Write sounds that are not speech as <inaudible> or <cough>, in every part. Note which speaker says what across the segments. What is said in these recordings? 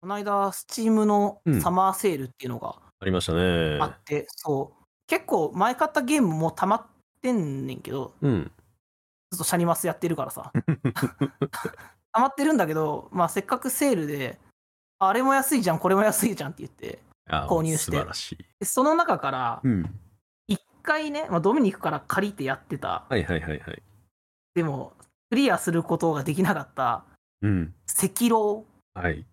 Speaker 1: この間、スチームの
Speaker 2: うん
Speaker 1: サマーセールっていうのが
Speaker 2: ありました
Speaker 1: あ
Speaker 2: ね。
Speaker 1: って、そう、結構前買ったゲームもたまってんねんけど、
Speaker 2: うん。
Speaker 1: ずっとシャニマスやってるから
Speaker 2: <laughs>
Speaker 1: さ。たまってるんだけど、まあせっかくセールで、あれも安いじゃん、これも安いじゃんって言って、
Speaker 2: あ
Speaker 1: 購入して
Speaker 2: 素晴らしい。
Speaker 1: でその中から、
Speaker 2: うん。
Speaker 1: 一回ね、まあ、ドミニクから借りてやってた、
Speaker 2: はいはいはいはい。
Speaker 1: でも、クリアすることができなかった、
Speaker 2: うん。
Speaker 1: 赤狼
Speaker 2: はい。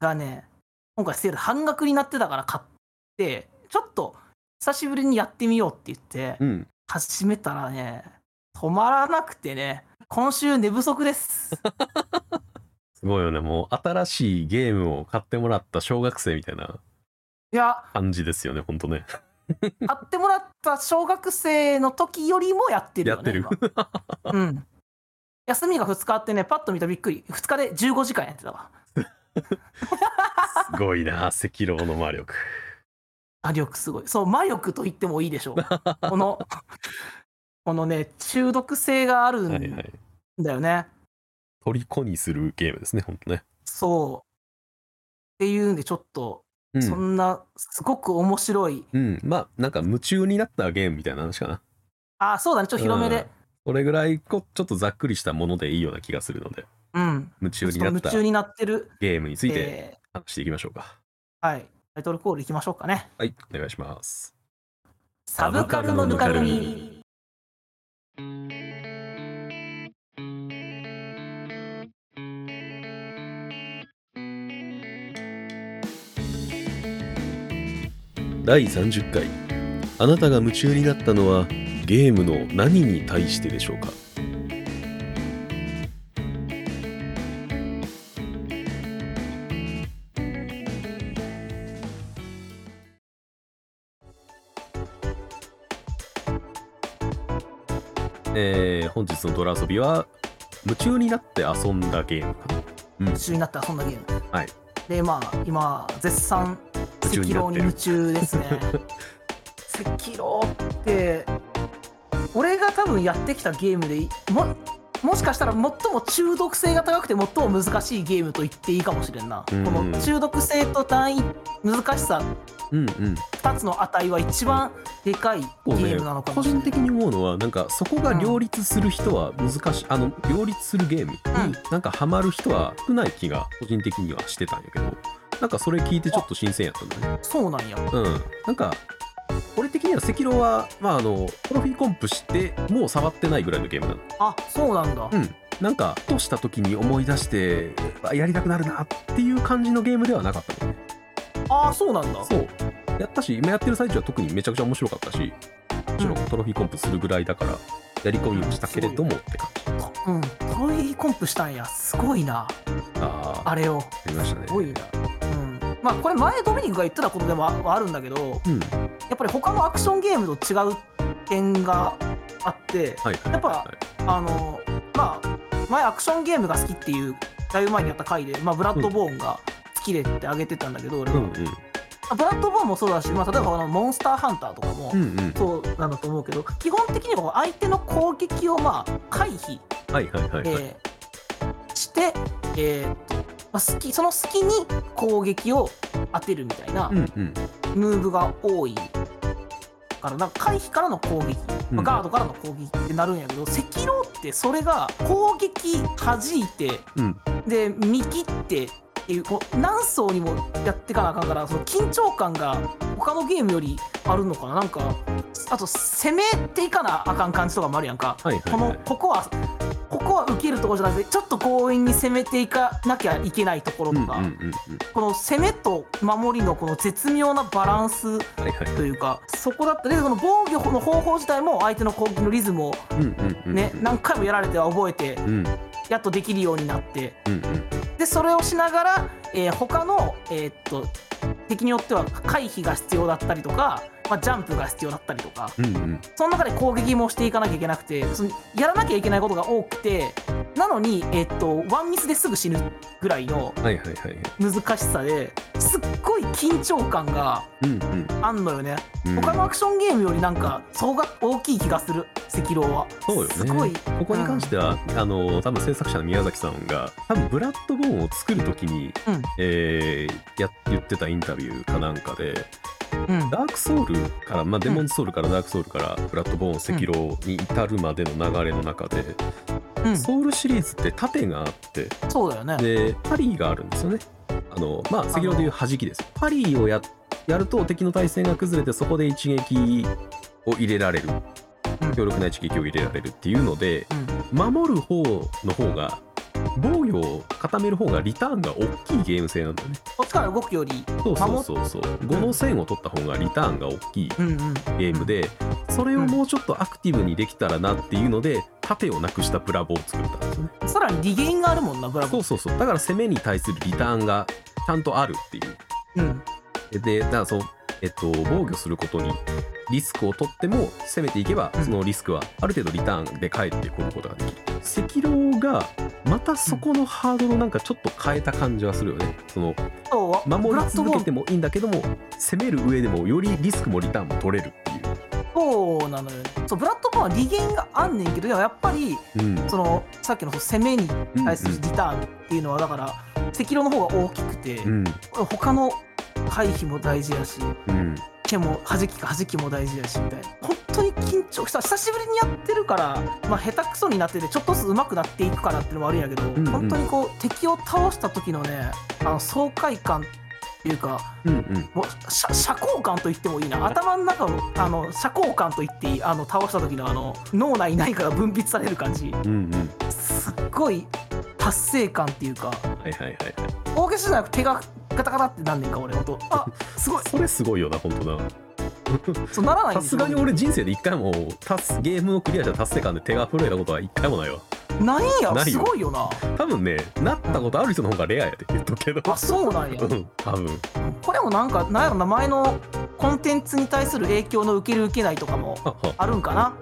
Speaker 1: がね、今回セール半額になってたから買って、ちょっと久しぶりにやってみようって言って、
Speaker 2: うん。
Speaker 1: 始めたらね、止まらなくてね、今週寝不足
Speaker 2: <laughs>
Speaker 1: です。
Speaker 2: すごいよね。もう新しいゲームを買ってもらった小学生みたいない
Speaker 1: や、
Speaker 2: 感じですよね、ほんと <laughs> ね。
Speaker 1: 買ってもらった小学生の時よりもやってる
Speaker 2: や
Speaker 1: よ
Speaker 2: っ
Speaker 1: ね。
Speaker 2: てる。
Speaker 1: 今うん。休みが2日あってね、パッと見たらびっくり。2日で15時間やってたわ。
Speaker 2: すごいな、赤狼の魔力。
Speaker 1: 魔力すごい。そう、魔力と言ってもいいでしょう。この、 <laughs> このね、中毒性がある
Speaker 2: はい
Speaker 1: ん
Speaker 2: はい。
Speaker 1: だよね。
Speaker 2: 虜にするゲームですね、ほんとね。
Speaker 1: そう。っていうんで、ちょっと、
Speaker 2: う
Speaker 1: そ
Speaker 2: ん。
Speaker 1: んな、すごく面白い。
Speaker 2: うん、まあ、なんか夢中になったゲームみたいな話かな。
Speaker 1: あ、そうだね、ちょっと広めで。
Speaker 2: それぐらいこう、ちょっとざっくりしたものでいいような気がするので、
Speaker 1: うん。
Speaker 2: 夢中
Speaker 1: ちょっと
Speaker 2: になっ
Speaker 1: 夢
Speaker 2: た
Speaker 1: 中になってる。
Speaker 2: ゲームについて
Speaker 1: え
Speaker 2: 話していきましょうか。
Speaker 1: ーはい。タイトルコールいきましょうかね。
Speaker 2: はい、お願いします。
Speaker 1: サ
Speaker 2: ブカルのぬかる
Speaker 1: み。
Speaker 2: 第30回あなたが夢中になったのはゲームの何に対してでしょうかえー、本日のドラ遊びは夢中になって遊んだゲームかな
Speaker 1: 夢中になったそんなゲーム。
Speaker 2: はい。
Speaker 1: で、まあ、今、絶賛、赤
Speaker 2: 夢中になっ
Speaker 1: 狼に
Speaker 2: てる
Speaker 1: 夢中です
Speaker 2: <laughs>
Speaker 1: ね。赤狼って、俺が多分やってきたゲームでい、も、もしかしたら最も中毒性が高くて最も難しいゲームと言っていいかもしれんな。
Speaker 2: うん
Speaker 1: この中毒性と単位、難しさ、
Speaker 2: うんうん
Speaker 1: 2つの値は一番でかいゲ
Speaker 2: こうね
Speaker 1: ームなのか
Speaker 2: 個
Speaker 1: もしれな
Speaker 2: 人
Speaker 1: い。
Speaker 2: 的に思うのはなんかそこが両立する人は難しい、あの両立するゲームに
Speaker 1: うん
Speaker 2: なんかハマる人は少ない気が個人的にはしてたんやけどなんかそれ聞いてちょっと新鮮やったんだね
Speaker 1: そうなんや。
Speaker 2: うんなんか俺的には赤狼はまああのトロフィーコンプしてもう触ってないぐらいのゲームなの
Speaker 1: あ、そうなんだ。
Speaker 2: うんなんかふとした時に思い出してあやりたくなるなっていう感じのゲームではなかったもんね
Speaker 1: あ、そうなんだ。
Speaker 2: そうやったし今やってる最中は特にめちゃくちゃ面白かったしもちろんトロフィーコンプするぐらいだからやり込みもしたけれどもって感じ
Speaker 1: うん、トロフィーコンプしたんや。すごいな。
Speaker 2: ああ
Speaker 1: あれを。
Speaker 2: ありましたね
Speaker 1: すごいな。うん。まあ、これ前ドミニクが言ってたことでもあはあるんだけど、
Speaker 2: うん
Speaker 1: やっぱり他のアクションゲームと違う点があって、
Speaker 2: はいはい
Speaker 1: やっぱ、あの、まあ、前アクションゲームが好きっていう、だいぶ前にやった回で、まあ、ブラッドボーンが好きでってあげてたんだけど、俺
Speaker 2: う
Speaker 1: は
Speaker 2: んうん
Speaker 1: あブラッドボーンもそうだし、まあ、例えばあのモンスターハンターとかも、
Speaker 2: うんうん
Speaker 1: そうなんだと思うけど基本的には相手の攻撃をまあ回避
Speaker 2: はいはいはいはい
Speaker 1: えーして、えーっとまあ、隙その隙に攻撃を当てるみたいな
Speaker 2: うんうん
Speaker 1: ムーブが多いからなんか回避からの攻撃、
Speaker 2: うん
Speaker 1: まあガードからの攻撃ってなるんやけど赤狼ってそれが攻撃弾いて
Speaker 2: うん
Speaker 1: で見切ってっていうこう何層にもやってかなあかんからその緊張感が他のゲームよりあるのかななんかあと攻めていかなあかん感じとかもあるやんか。
Speaker 2: はいはい
Speaker 1: こ
Speaker 2: は
Speaker 1: の
Speaker 2: い
Speaker 1: ここはここは受けるところじゃなくてちょっと強引に攻めていかなきゃいけないところ
Speaker 2: うんう
Speaker 1: と
Speaker 2: んうん
Speaker 1: か、
Speaker 2: うん
Speaker 1: この攻めと守りのこの絶妙なバランス
Speaker 2: はいはい
Speaker 1: というかそこだったりこの防御の方法自体も相手の攻撃のリズムを
Speaker 2: うんうんうん
Speaker 1: ね、何回もやられては覚えて
Speaker 2: うんうん
Speaker 1: やっとできるようになって
Speaker 2: うん
Speaker 1: でそれをしながら、えー他の、えーっと敵によっては回避が必要だったりとか、まあ、ジャンプが必要だったりとか
Speaker 2: うんうん
Speaker 1: その中で攻撃もしていかなきゃいけなくてそのやらなきゃいけないことが多くてなのに、えっと、ワンミスですぐ死ぬぐらいの
Speaker 2: はいはいはいはい
Speaker 1: 難しさですっごい緊張感が
Speaker 2: うんうん
Speaker 1: あんのよね
Speaker 2: うん
Speaker 1: 他のアクションゲームよりなんか層が大きい気がする赤狼は
Speaker 2: そうよね
Speaker 1: すごい
Speaker 2: ここに関しては、あの多分制作者の宮崎さんが多分ブラッドボーンを作る時に、
Speaker 1: うん
Speaker 2: えーや言ってたインタビューかなんかで
Speaker 1: うん
Speaker 2: ダークソウルから、まあ、デモンズソウルからダークソウルからブラッドボーン赤狼に至るまでの流れの中で、
Speaker 1: うん
Speaker 2: ソウルシリーズって盾があって
Speaker 1: そうだよね
Speaker 2: でパリーがあるんですよねあのまあ赤狼でいう弾きですパリーをややると敵の対戦が崩れてそこで一撃を入れられる
Speaker 1: うん
Speaker 2: 強力な一撃を入れられるっていうので
Speaker 1: うん
Speaker 2: 守る方の方が防御を固める方がリターンが大きいゲーム性なんだよね
Speaker 1: こっちから動くより
Speaker 2: そうそうそうそう5の線を取った方がリターンが大きい
Speaker 1: うんうん
Speaker 2: ゲームでそれをもうちょっとアクティブにできたらなっていうので盾をなくしたブラボーを作ったんですよね
Speaker 1: さらに利ゲがあるもんなブラ
Speaker 2: そ
Speaker 1: ボ
Speaker 2: うそうそうだから攻めに対するリターンがちゃんとあるっていう
Speaker 1: うん
Speaker 2: で、だからその、えっと、防御することにリスクを取っても攻めていけば
Speaker 1: うん、
Speaker 2: そのリスクはある程度リターンで返ってくることができる。赤狼が、またそこのハードルをなんかちょっと変えた感じはするよね。その、
Speaker 1: そうブ
Speaker 2: 守
Speaker 1: ラ
Speaker 2: り
Speaker 1: ッド
Speaker 2: 続
Speaker 1: ボ
Speaker 2: け
Speaker 1: ー
Speaker 2: て
Speaker 1: ン
Speaker 2: もいいんだけども、攻める上でもよりリスクもリターンも取れるっていう。
Speaker 1: そうなのよねそうブラッドボーンは利ゲがあんねんけどでもやっぱり
Speaker 2: うん。
Speaker 1: そのさっきの攻めに
Speaker 2: うん
Speaker 1: 対するリターンっていうのはだから赤狼の方が大きくて、
Speaker 2: うん。
Speaker 1: 他の回避も大事やし
Speaker 2: うん。
Speaker 1: 毛も弾きか弾きも大事やしみたいな本当に緊張した久しぶりにやってるから、まあ、下手くそになっててちょっとずつ上手くなっていくからっていうのも悪いんやけど、
Speaker 2: うん
Speaker 1: 本当にこう敵を倒した時のねあの爽快感っていうか
Speaker 2: うん。うん。
Speaker 1: もうしゃ社交感と言ってもいいな頭の中のあの社交感と言っていいあの倒した時のあの脳内内から分泌される感じ
Speaker 2: うん。うん。
Speaker 1: すっごい達成感っていうか
Speaker 2: はいはいはいはい。
Speaker 1: 大げさじゃなく手がガタガタってなんねんか俺ほんとあすごい
Speaker 2: それすごいよな、本当な。
Speaker 1: そうならないん
Speaker 2: さ
Speaker 1: です
Speaker 2: す
Speaker 1: よ
Speaker 2: がに俺人生で一回も達すゲームをクリアした達成感で手が震えたことは一回もないわ。
Speaker 1: ないんや
Speaker 2: ない
Speaker 1: す
Speaker 2: よ
Speaker 1: ごいよな
Speaker 2: 多分ねなったことある人の方がレアやで言っとくけど
Speaker 1: あそうなんや
Speaker 2: うん多分
Speaker 1: これもなんかなんやろ名前のコンテンツに対する影響の受ける受けないとかも
Speaker 2: はは
Speaker 1: あるんかな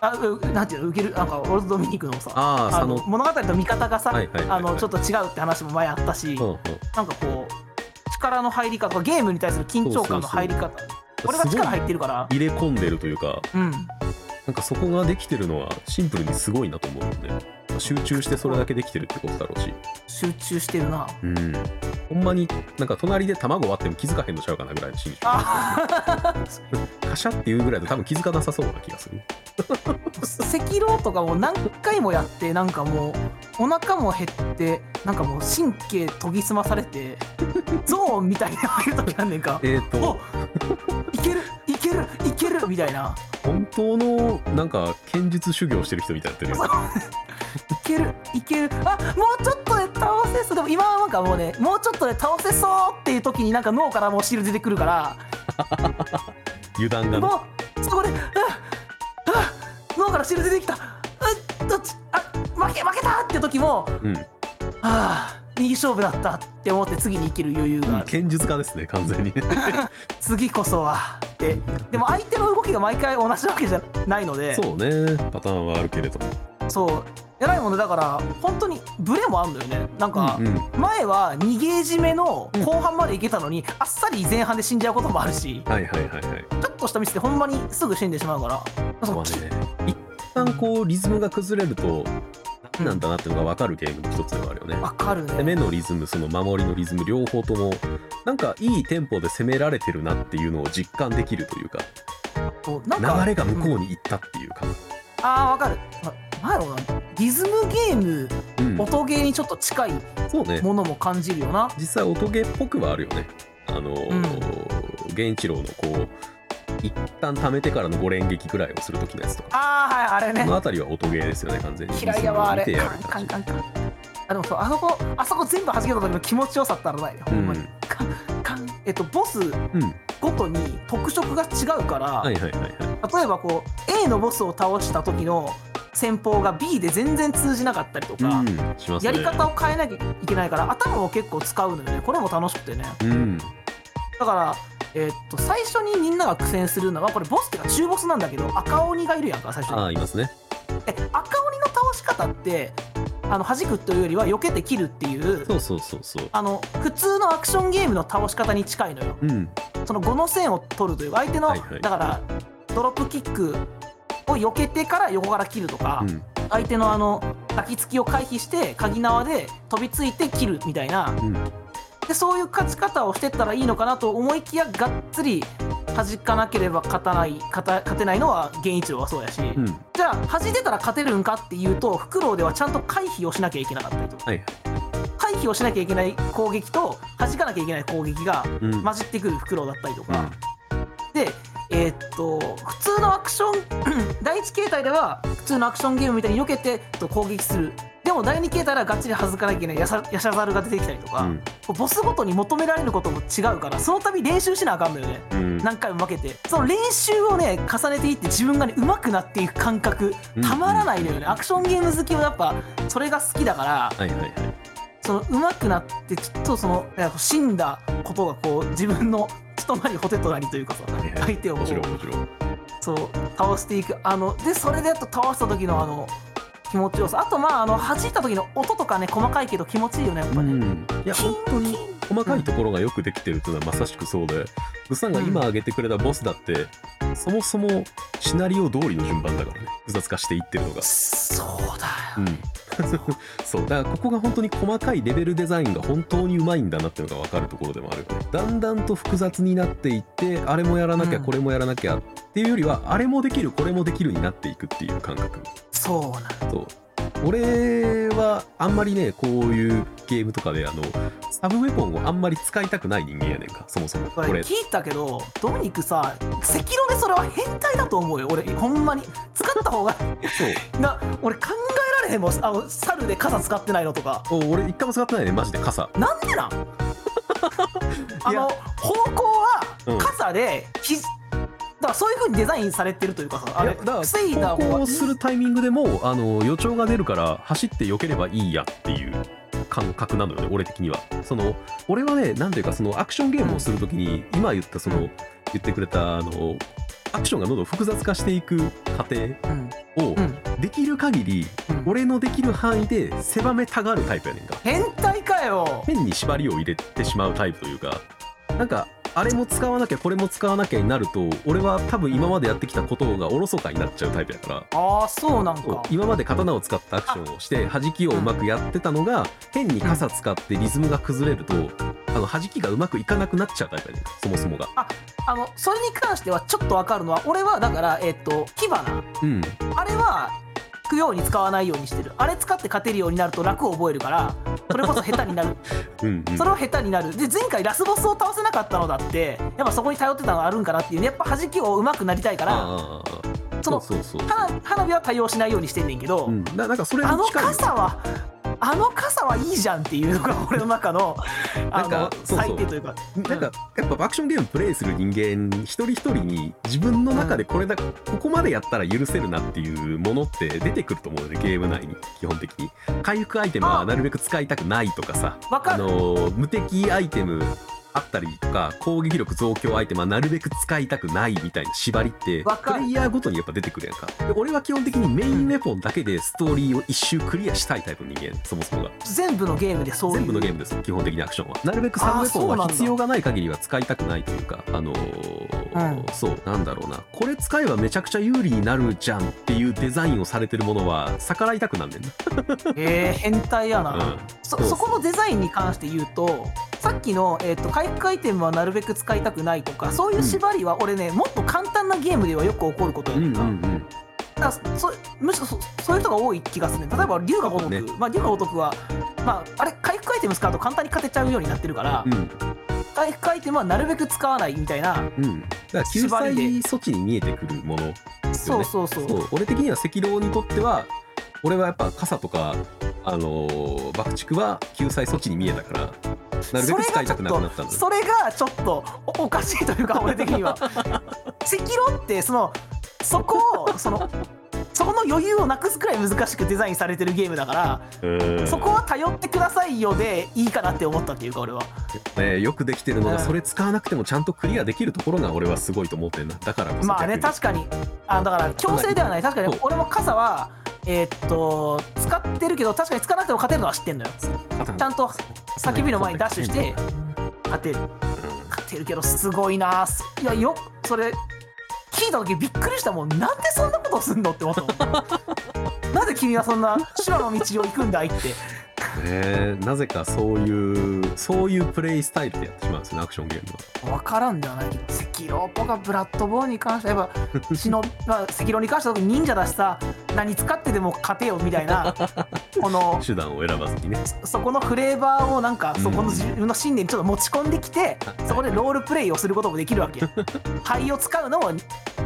Speaker 1: あうなんていうの受けるなんかオールドドミニクのさ
Speaker 2: ああ
Speaker 1: あ
Speaker 2: そ
Speaker 1: の
Speaker 2: の
Speaker 1: 物語と見方がさ、
Speaker 2: はいはいはいはい
Speaker 1: あのちょっと違うって話も前あったし、
Speaker 2: うんうん
Speaker 1: なんかこう力の入り方ゲームに対する緊張感の入り方俺が
Speaker 2: すごい
Speaker 1: 力入ってるから
Speaker 2: 入れ込んでるというか
Speaker 1: うん
Speaker 2: なんかそこができてるのはシンプルにすごいなと思うので集中してそれだけできてるってことだろうし
Speaker 1: 集中してるな
Speaker 2: うんほんまになんか隣で卵割っても気づかへんのちゃうかなぐらいのシーンでしょ
Speaker 1: あ
Speaker 2: カシャっていうぐらいで多分気づかなさそうな気がする
Speaker 1: <laughs> 赤老とかも何回もやってなんかもうお腹も減ってなんかもう神経研ぎ澄まされ <laughs> てゾーンみたいに入る時あんねんか
Speaker 2: えっ、ー、
Speaker 1: お
Speaker 2: と
Speaker 1: いけるいけるいけるみたいな
Speaker 2: 本当のなんか剣術修行してる人みたいになってるよね
Speaker 1: いけるいけるあもうちょっとで倒せそうでも今はなんかもうねもうちょっとで倒せそうっていう時になんか脳からもう汁出てくるから
Speaker 2: 油断がね
Speaker 1: もうそこで、うん、あ脳から汁出てきたあどっちあ負け負けたって時も
Speaker 2: うん
Speaker 1: ああいい勝負だったって思って次に生きる余裕がある、
Speaker 2: 剣術家ですね完全にね
Speaker 1: 次こそはってでも相手の動きが毎回同じわけじゃないので
Speaker 2: そうねパターンはあるけれども
Speaker 1: そうえらいものだから本当にブレもあるんだよねなんか、
Speaker 2: うんうん
Speaker 1: 前は2ゲージ目の後半までいけたのに、あっさり前半で死んじゃうこともあるし
Speaker 2: はいはいはいはい。
Speaker 1: ちょっとしたミスでほんまにすぐ死んでしまうから
Speaker 2: ここ
Speaker 1: そう
Speaker 2: はね、一旦こうリズムが崩れると、
Speaker 1: うん
Speaker 2: なんだなっていうのが分かるゲームの一つではあるよね。
Speaker 1: わかる
Speaker 2: 攻め
Speaker 1: ね
Speaker 2: のリズム、その守りのリズム、両方とも、なんかいいテンポで攻められてるなっていうのを実感できるというか、
Speaker 1: こうなんか
Speaker 2: 流れが向こ
Speaker 1: ん
Speaker 2: うに行ったっていうか。
Speaker 1: ああわかるまなんやろうなリズムゲーム
Speaker 2: うん、
Speaker 1: 音ゲーにちょっと近い
Speaker 2: そうね。
Speaker 1: ものも感じるよな
Speaker 2: 実際音ゲーっぽくはあるよね。あのー、源一郎のこう、一旦貯めてからの5連撃ぐらいをする時のやつとか。
Speaker 1: ああはいあれ
Speaker 2: こ
Speaker 1: ね
Speaker 2: の辺りは音ゲーですよね、完全に。
Speaker 1: 嫌いやわあれ
Speaker 2: リズムを見てや
Speaker 1: カ
Speaker 2: る
Speaker 1: ン
Speaker 2: 感じ
Speaker 1: カンカンカンあでもそうあそこあそこ全部弾けた時の気持ちよさったらないねほんまに、
Speaker 2: うん
Speaker 1: カンカンえっとボス
Speaker 2: うん。
Speaker 1: ごとに特色が違うから、
Speaker 2: はいはいはいはい。
Speaker 1: 例えばこう A のボスを倒した時の戦法が B で全然通じなかったりとか、
Speaker 2: うん、します
Speaker 1: や
Speaker 2: ね。
Speaker 1: り方を変えなきゃいけないから頭を結構使うのよねこれも楽しくてね
Speaker 2: うん。
Speaker 1: だから、えーっと最初にみんなが苦戦するのはこれボスっていうか中ボスなんだけど赤鬼がいるやんか最初
Speaker 2: あ
Speaker 1: に
Speaker 2: あ、いますね。
Speaker 1: で赤鬼の倒し方ってあの弾くというよりは避けて切るっていう
Speaker 2: そうそうそうそう
Speaker 1: あの普通のアクションゲームの倒し方に近いのよ
Speaker 2: うん
Speaker 1: その5の線を取るという相手の、
Speaker 2: はいはい
Speaker 1: だからドロップキックを避けてから横から切るとか、
Speaker 2: うん
Speaker 1: 相手のあの抱きつきを回避して鍵縄で飛びついて切るみたいな
Speaker 2: うん
Speaker 1: でそういう勝ち方をしてったらいいのかなと思いきやがっつり弾かなければ勝たない勝た勝てないのは源一郎はそうやし、
Speaker 2: うん
Speaker 1: じゃあ弾いてたら勝てるんかっていうとフクロウではちゃんと回避をしなきゃいけなかったりとか
Speaker 2: はいはい
Speaker 1: 回避をしなきゃいけない攻撃と弾かなきゃいけない攻撃が
Speaker 2: うん
Speaker 1: 混じってくるフクロウだったりと
Speaker 2: う
Speaker 1: か。
Speaker 2: ん
Speaker 1: でえーっと普通のアクション <clears throat> 第1形態では普通のアクションゲームみたいに避けてと攻撃するでも第2形態ではがっちり弾かなきゃいけないやさやしゃざるが出てきたりとか、
Speaker 2: うん
Speaker 1: ボスごとに求められることも違うからその度練習しなあかんのよね
Speaker 2: うん
Speaker 1: 何回も負けてその練習をね重ねていって自分がね上手くなっていく感覚
Speaker 2: うん
Speaker 1: たまらないのよね、アクションゲーム好きはやっぱそれが好きだから
Speaker 2: はいはいはい
Speaker 1: その上手くなってちょっとそのなんか死んだことがこう自分のちとなりほてとなりというかさ
Speaker 2: はいはい
Speaker 1: 相手をこ
Speaker 2: 面
Speaker 1: う
Speaker 2: 白い面白い
Speaker 1: そう倒していくあのでそれでやっと倒した時のあの気持ちよさあとまああの弾いた時の音とかね細かいけど気持ちいいよねやっぱ
Speaker 2: う
Speaker 1: ね、
Speaker 2: んいや
Speaker 1: キン
Speaker 2: 本当に
Speaker 1: キン
Speaker 2: 細かいところがよくできてるというのはまさしくそうでグさんが今挙げてくれたボスだってそもそもシナリオ通りの順番だからね複雑化していってるのが。
Speaker 1: そうだ
Speaker 2: うん <laughs> そうだからここが本当に細かいレベルデザインが本当にうまいんだなっていうのが分かるところでもあるよねだんだんと複雑になっていってあれもやらなきゃ
Speaker 1: うん
Speaker 2: これもやらなきゃっていうよりはあれもできるこれもできるになっていくっていう感覚
Speaker 1: そうなんだ
Speaker 2: そう俺はあんまりねこういうゲームとかであのサブウェポンをあんまり使いたくない人間やねんかそもそも
Speaker 1: こ
Speaker 2: こ
Speaker 1: れ
Speaker 2: れ
Speaker 1: 聞いたけどドミニクさ赤色でそれは変態だと思うよ俺ほんまに使った方が <laughs>
Speaker 2: そう
Speaker 1: な俺考えられへんもんあの猿で傘使ってないのとか
Speaker 2: お俺一回も使ってないねマジで傘
Speaker 1: なんでなん
Speaker 2: <laughs>
Speaker 1: あ
Speaker 2: いや
Speaker 1: の方向
Speaker 2: う
Speaker 1: は
Speaker 2: ん
Speaker 1: 傘で、ひだからそういうふうにデザインされてるというかさあ
Speaker 2: い
Speaker 1: れ
Speaker 2: やだから
Speaker 1: 防いだ
Speaker 2: 投
Speaker 1: 方
Speaker 2: 稿
Speaker 1: が
Speaker 2: するタイミングでもあの予兆が出るから走って避ければいいやっていう感覚なのよね俺的にはその俺はね何ていうかそのアクションゲームをするときに今言ったその言ってくれたあのアクションがどんどん複雑化していく過程
Speaker 1: うん
Speaker 2: を
Speaker 1: うん
Speaker 2: できる限り
Speaker 1: うん
Speaker 2: 俺のできる範囲で狭めたがるタイプやねんか
Speaker 1: 変態かよ
Speaker 2: 変に縛りを入れてしまうタイプというかなんかあれも使わなきゃこれも使わなきゃになると俺は多分今までやってきたことがおろそかになっちゃうタイプやから
Speaker 1: ああそうなん
Speaker 2: そう
Speaker 1: か
Speaker 2: 今まで刀を使ったアクションをして弾きをうまくやってたのが変に傘使ってリズムが崩れるとあの弾きがうまくいかなくなっちゃうタイプやねんそもそもが。
Speaker 1: あのそれに関してはちょっとわかるのは俺はだからえっ、と火花
Speaker 2: うん
Speaker 1: あれは引くように使わないようにしてるあれ使って勝てるようになると楽を覚えるからそれこそ下手になる
Speaker 2: <laughs> うんうん
Speaker 1: それは下手になるで前回ラスボスを倒せなかったのだってやっぱそこに頼ってたのあるんかなっていうねやっぱ弾きをうまくなりたいから
Speaker 2: ああ
Speaker 1: その
Speaker 2: そうそうそう
Speaker 1: 花花火は対応しないようにしてんねんけど、
Speaker 2: うんななんかそれに
Speaker 1: あの
Speaker 2: 近い
Speaker 1: 傘はあの傘はいいじゃんっていうのが俺の中のあ
Speaker 2: なんか
Speaker 1: の
Speaker 2: そうそう
Speaker 1: 最低というか
Speaker 2: なんかやっぱアクションゲームプレイする人間一人一人に自分の中でこれだ、ここまでやったら許せるなっていうものって出てくると思うよねゲーム内に基本的に回復アイテムはなるべく使いたくないとかさ
Speaker 1: わかる
Speaker 2: あのー無敵アイテムあったりとか攻撃力増強アイテムはなるべく使いたくないみたいな縛りって
Speaker 1: わか
Speaker 2: プ
Speaker 1: る
Speaker 2: レイヤーごとにやっぱ出てくるやんかで俺は基本的にメインウェポンだけでストーリーを一周クリアしたいタイプの人間そもそもが
Speaker 1: 全部のゲームでそういう
Speaker 2: 全部のゲームです基本的にアクションはなるべくサブウェポン
Speaker 1: あーそうな
Speaker 2: は
Speaker 1: んだ
Speaker 2: 必要がない限りは使いたくないというかあのーそうなんだろうなこれ使えばめちゃくちゃ有利になるじゃんっていうデザインをされてるものは逆らいたくなんねんな
Speaker 1: えー、変態やな、
Speaker 2: うん
Speaker 1: そ
Speaker 2: そうそう
Speaker 1: そこのデザインに関して言うとさっきの、えー、と回復アイテムはなるべく使いたくないとかそういう縛りは俺ね、もっと簡単なゲームではよく起こることや
Speaker 2: う
Speaker 1: ね
Speaker 2: ん
Speaker 1: ん
Speaker 2: う
Speaker 1: か,、
Speaker 2: んうん
Speaker 1: だからそむしろそそういう人が多い気がするね例えば龍が如く、
Speaker 2: ね
Speaker 1: まあ龍が如くは、まあ、あれ回復アイテム使うと簡単に勝てちゃうようになってるから、
Speaker 2: うん
Speaker 1: 回復アイテムはなるべく使わないみたいな
Speaker 2: うんだから救済
Speaker 1: 縛りで
Speaker 2: 措置に見えてくるもの
Speaker 1: そうそうそう
Speaker 2: そう俺的には赤道にとっては俺はやっぱ傘とかあのー爆竹は救済措置に見えたからなるべく使いたくなくなったんだよ
Speaker 1: それがちょっとおおかしいという
Speaker 2: <laughs>
Speaker 1: か俺的には赤色ってそのそこをそのそこの余裕をなくすくらい難しくデザインされてるゲームだから、
Speaker 2: うん
Speaker 1: そこは頼ってくださいよでいいかなって思ったっていうか俺は
Speaker 2: ね、よくできてるのが、
Speaker 1: うん
Speaker 2: それ使わなくてもちゃんとクリアできるところが俺はすごいと思ってんなだからこそ
Speaker 1: まあね
Speaker 2: 逆に
Speaker 1: 確かにあだから強制ではない確かに俺も傘はえーっと使ってるけど確かに使わなくても勝てるのは知ってんのよちゃんと叫びの前にダッシュして勝てる勝てるけどすごいなすいやよそれ聞いた時びっくりしたもんなんでそんなことすんの <laughs> って思ったもんなぜ君はそんな修羅の道を行くんだいって
Speaker 2: えなぜかそういうそういうプレイスタイルでやってしまうんですねアクションゲームは
Speaker 1: 分からんではないけど赤狼とかブラッドボーンに関してはやっぱ忍びまあ赤狼に関しては特に忍者だしさ何使ってでも勝てよみたいなこの
Speaker 2: 手段を選ばずにね
Speaker 1: そこのフレーバーをなんかそこの自分の信念にちょっと持ち込んできて、そこでロールプレイをすることもできるわ
Speaker 2: <laughs>
Speaker 1: け灰を使うのも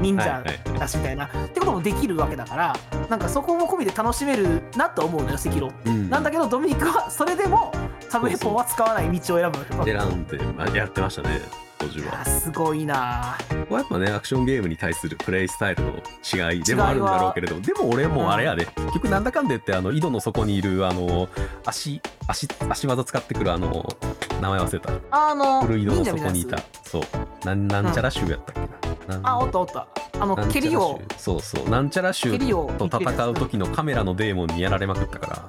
Speaker 1: 忍者だしみたいな、ってこともできるわけだからなんかそこも込みで楽しめるなと思うのよ赤狼
Speaker 2: うん
Speaker 1: なんだけどドミニクはそれでもサブヘポンは使わない道を選ぶわけ
Speaker 2: 選んで、まあ、やってましたね当時
Speaker 1: あ
Speaker 2: は
Speaker 1: すごいな
Speaker 2: ここはやっぱねアクションゲームに対するプレイスタイルの違いでもあるんだろうけれどでも俺もうあれやで、結局なんだかんでってあの井戸の底にいるあの足足足技使ってくるあの名前忘れた
Speaker 1: あの
Speaker 2: 古井戸の
Speaker 1: 忍者みた
Speaker 2: 底
Speaker 1: いな
Speaker 2: に
Speaker 1: や
Speaker 2: い
Speaker 1: つ
Speaker 2: たそうなんなんちゃら州やったっけな,なん、
Speaker 1: あおったおったあの
Speaker 2: なんち
Speaker 1: 蹴
Speaker 2: ゃら
Speaker 1: り
Speaker 2: 州
Speaker 1: を
Speaker 2: そうそうなんちゃら
Speaker 1: 蹴
Speaker 2: 州
Speaker 1: りを
Speaker 2: と戦う時のカメラのデーモンにやられまくったから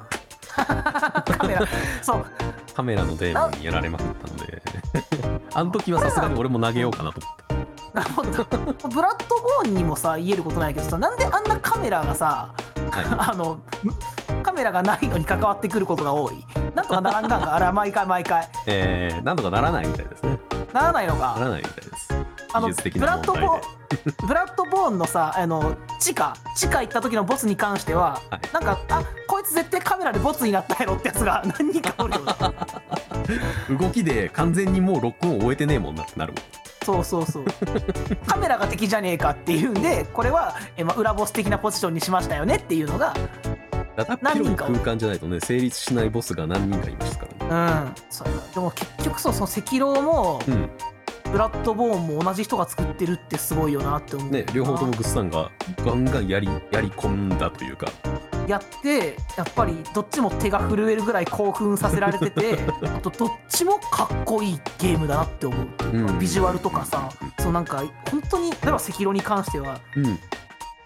Speaker 1: カメラそう
Speaker 2: カメラのデーモンにやられまくったので <laughs> あの時はさすがに俺も投げようかなと思って
Speaker 1: なるほどブラッドボーンにもさ言えることないけどさなんであんなカメラがさ
Speaker 2: はい
Speaker 1: <laughs> あのカメラがないのに関わってくることが多いなんとかならんかんかあら毎回毎回
Speaker 2: えー、なんとかならないみたいですね。
Speaker 1: ならないの
Speaker 2: な
Speaker 1: から
Speaker 2: ないみたいです。
Speaker 1: あの
Speaker 2: 技術的
Speaker 1: ブ
Speaker 2: な
Speaker 1: ラッド
Speaker 2: 問
Speaker 1: ボ
Speaker 2: 題で
Speaker 1: ーン。ブラッドボーンのさあの地下地下行った時のボスに関しては、
Speaker 2: はい
Speaker 1: なんかあこいつ絶対カメラでボツになったやろってやつが <laughs> 何人かおるよね
Speaker 2: 動きで完全にもうロックオンを終えてねえもんなってなるもん。
Speaker 1: そうそうそうカメラが敵じゃねえかっていうんでこれは、えまあ、裏ボス的なポジションにしましたよねっていうのが
Speaker 2: だだっ
Speaker 1: 何
Speaker 2: 広い
Speaker 1: 人か
Speaker 2: 空間じゃないとね、成立しないボスが何人かいましたからね。
Speaker 1: うんそうでも結局そうその赤狼も
Speaker 2: うん。
Speaker 1: ブラッドボーンも同じ人が作ってるってすごいよなって思う
Speaker 2: ね、両方ともグッズさんがガンガンやり、やり込んだというか、
Speaker 1: やってやっぱりどっちも手が震えるぐらい興奮させられて
Speaker 2: <laughs>
Speaker 1: てあとどっちもかっこいいゲームだなって思う
Speaker 2: うん
Speaker 1: ビジュアルとかさそうなんか本当に例えば赤狼に関しては
Speaker 2: うん。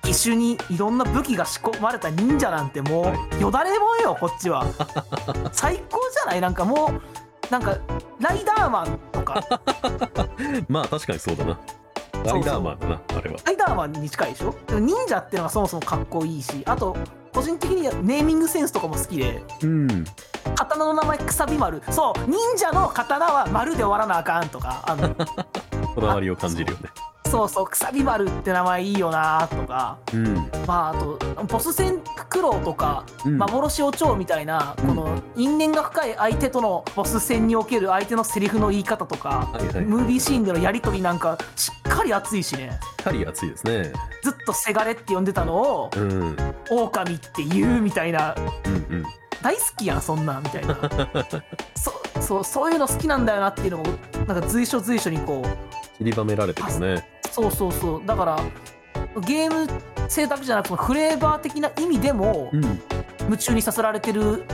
Speaker 1: 義手にいろんな武器が仕込まれた忍者なんてもう、よだれもんよこっちは最高じゃないなんかもうなんかライダーマンとか
Speaker 2: まあ確かにそうだな。ライダーマンだな、あれは。
Speaker 1: ライダーマンに近いでしょでも忍者っていうのがそもそもかっこいいしあと個人的にはネーミングセンスとかも好きで
Speaker 2: うん。
Speaker 1: 刀の名前くさび丸そう忍者の刀は丸で終わらなあかんとかあの <laughs>
Speaker 2: こだわりを感じるよね。
Speaker 1: そうそうくさび丸って名前いいよなとか
Speaker 2: うん。
Speaker 1: まああとボス戦苦労とか
Speaker 2: うん
Speaker 1: 幻お蝶みたいな、
Speaker 2: うん
Speaker 1: この因縁が深い相手とのボス戦における相手のセリフの言い方とか、
Speaker 2: はいはい。
Speaker 1: ムービーシーンでのやり取りなんかしっかり熱いしね
Speaker 2: しっかり熱いですね。
Speaker 1: ずっと「せがれ」って呼んでたのを
Speaker 2: うん。うん
Speaker 1: 「狼って言うみたいな
Speaker 2: うん。
Speaker 1: 大好きやんそんなんみ <laughs> たいなそそうそういうの好きなんだよなっていうのをなんか随所随所にこう
Speaker 2: 散りばめられてるよね。
Speaker 1: そうそうそうだからゲーム性だけじゃなくてフレーバー的な意味でも
Speaker 2: うん。
Speaker 1: 夢中にさせられてる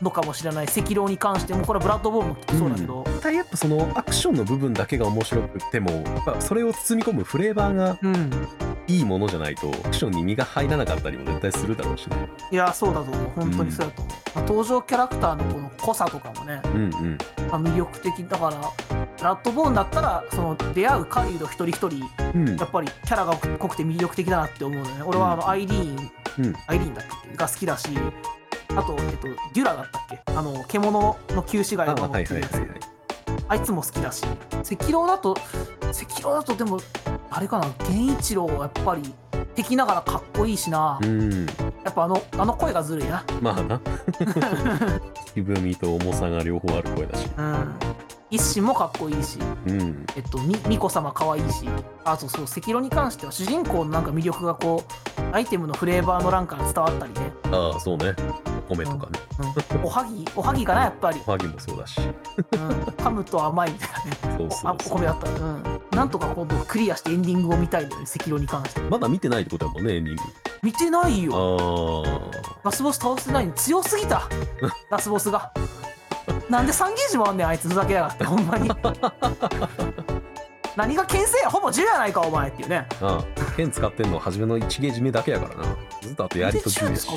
Speaker 1: のかもしれない赤狼に関してもこれはブラッドボーンもきっとそうだけど、
Speaker 2: 絶対やっぱそのアクションの部分だけが面白くてもやっぱそれを包み込むフレーバーが
Speaker 1: うん
Speaker 2: いいものじゃないとアクションに身が入らなかったりも絶対するだろうしね
Speaker 1: いやそうだと思う本当にそうだと思う、まあ登場キャラクターのこの濃さとかもね、
Speaker 2: うんうん
Speaker 1: まあ魅力的だからブラッドボーンだったらその出会う狩人一人一人
Speaker 2: うん
Speaker 1: やっぱりキャラが濃くて魅力的だなって思うのね俺はあのアイリーン、
Speaker 2: うん
Speaker 1: アイリーンだっけが好きだしあと、えっと、デュラだったっけあの獣の旧市街
Speaker 2: あ
Speaker 1: を
Speaker 2: は
Speaker 1: 守
Speaker 2: い
Speaker 1: って
Speaker 2: はい
Speaker 1: るやつ
Speaker 2: はいはい
Speaker 1: あいつも好きだし赤狼だと赤狼だとでもあれかな源一郎はやっぱり敵ながらかっこいいしな、
Speaker 2: うん
Speaker 1: やっぱあのあの声がずるいな
Speaker 2: ま <laughs> あな渋みと重さが両方ある声だし
Speaker 1: うん一心もかっこいいし、
Speaker 2: うん
Speaker 1: えっと、み巫女様かわいいしあとそう赤狼に関しては主人公のなんか魅力がこうアイテムのフレーバーの欄から伝わったりね、
Speaker 2: ああそうねお米とかね
Speaker 1: うん、おはぎおはぎかなやっぱ
Speaker 2: <laughs>
Speaker 1: り、
Speaker 2: おはぎもそうだし
Speaker 1: うん、噛むと甘いみたいなね
Speaker 2: そ
Speaker 1: お
Speaker 2: う
Speaker 1: あ
Speaker 2: そ
Speaker 1: お
Speaker 2: うそう
Speaker 1: 米だったら、うん、なんとか今度クリアしてエンディングを見たいのよね赤狼に関して
Speaker 2: まだ見てないってことだもんねエンディング
Speaker 1: 見てないよ
Speaker 2: あ
Speaker 1: ラスボス倒せないの強すぎたラスボスがなんで3ゲージもあんねんあいつふざけやがって
Speaker 2: <laughs>
Speaker 1: ほんまに何が牽制やほぼ10やないかお前っていうね
Speaker 2: ーあ剣使ってんの初めの1ゲージ目だけやからなずっとあとやり途中やし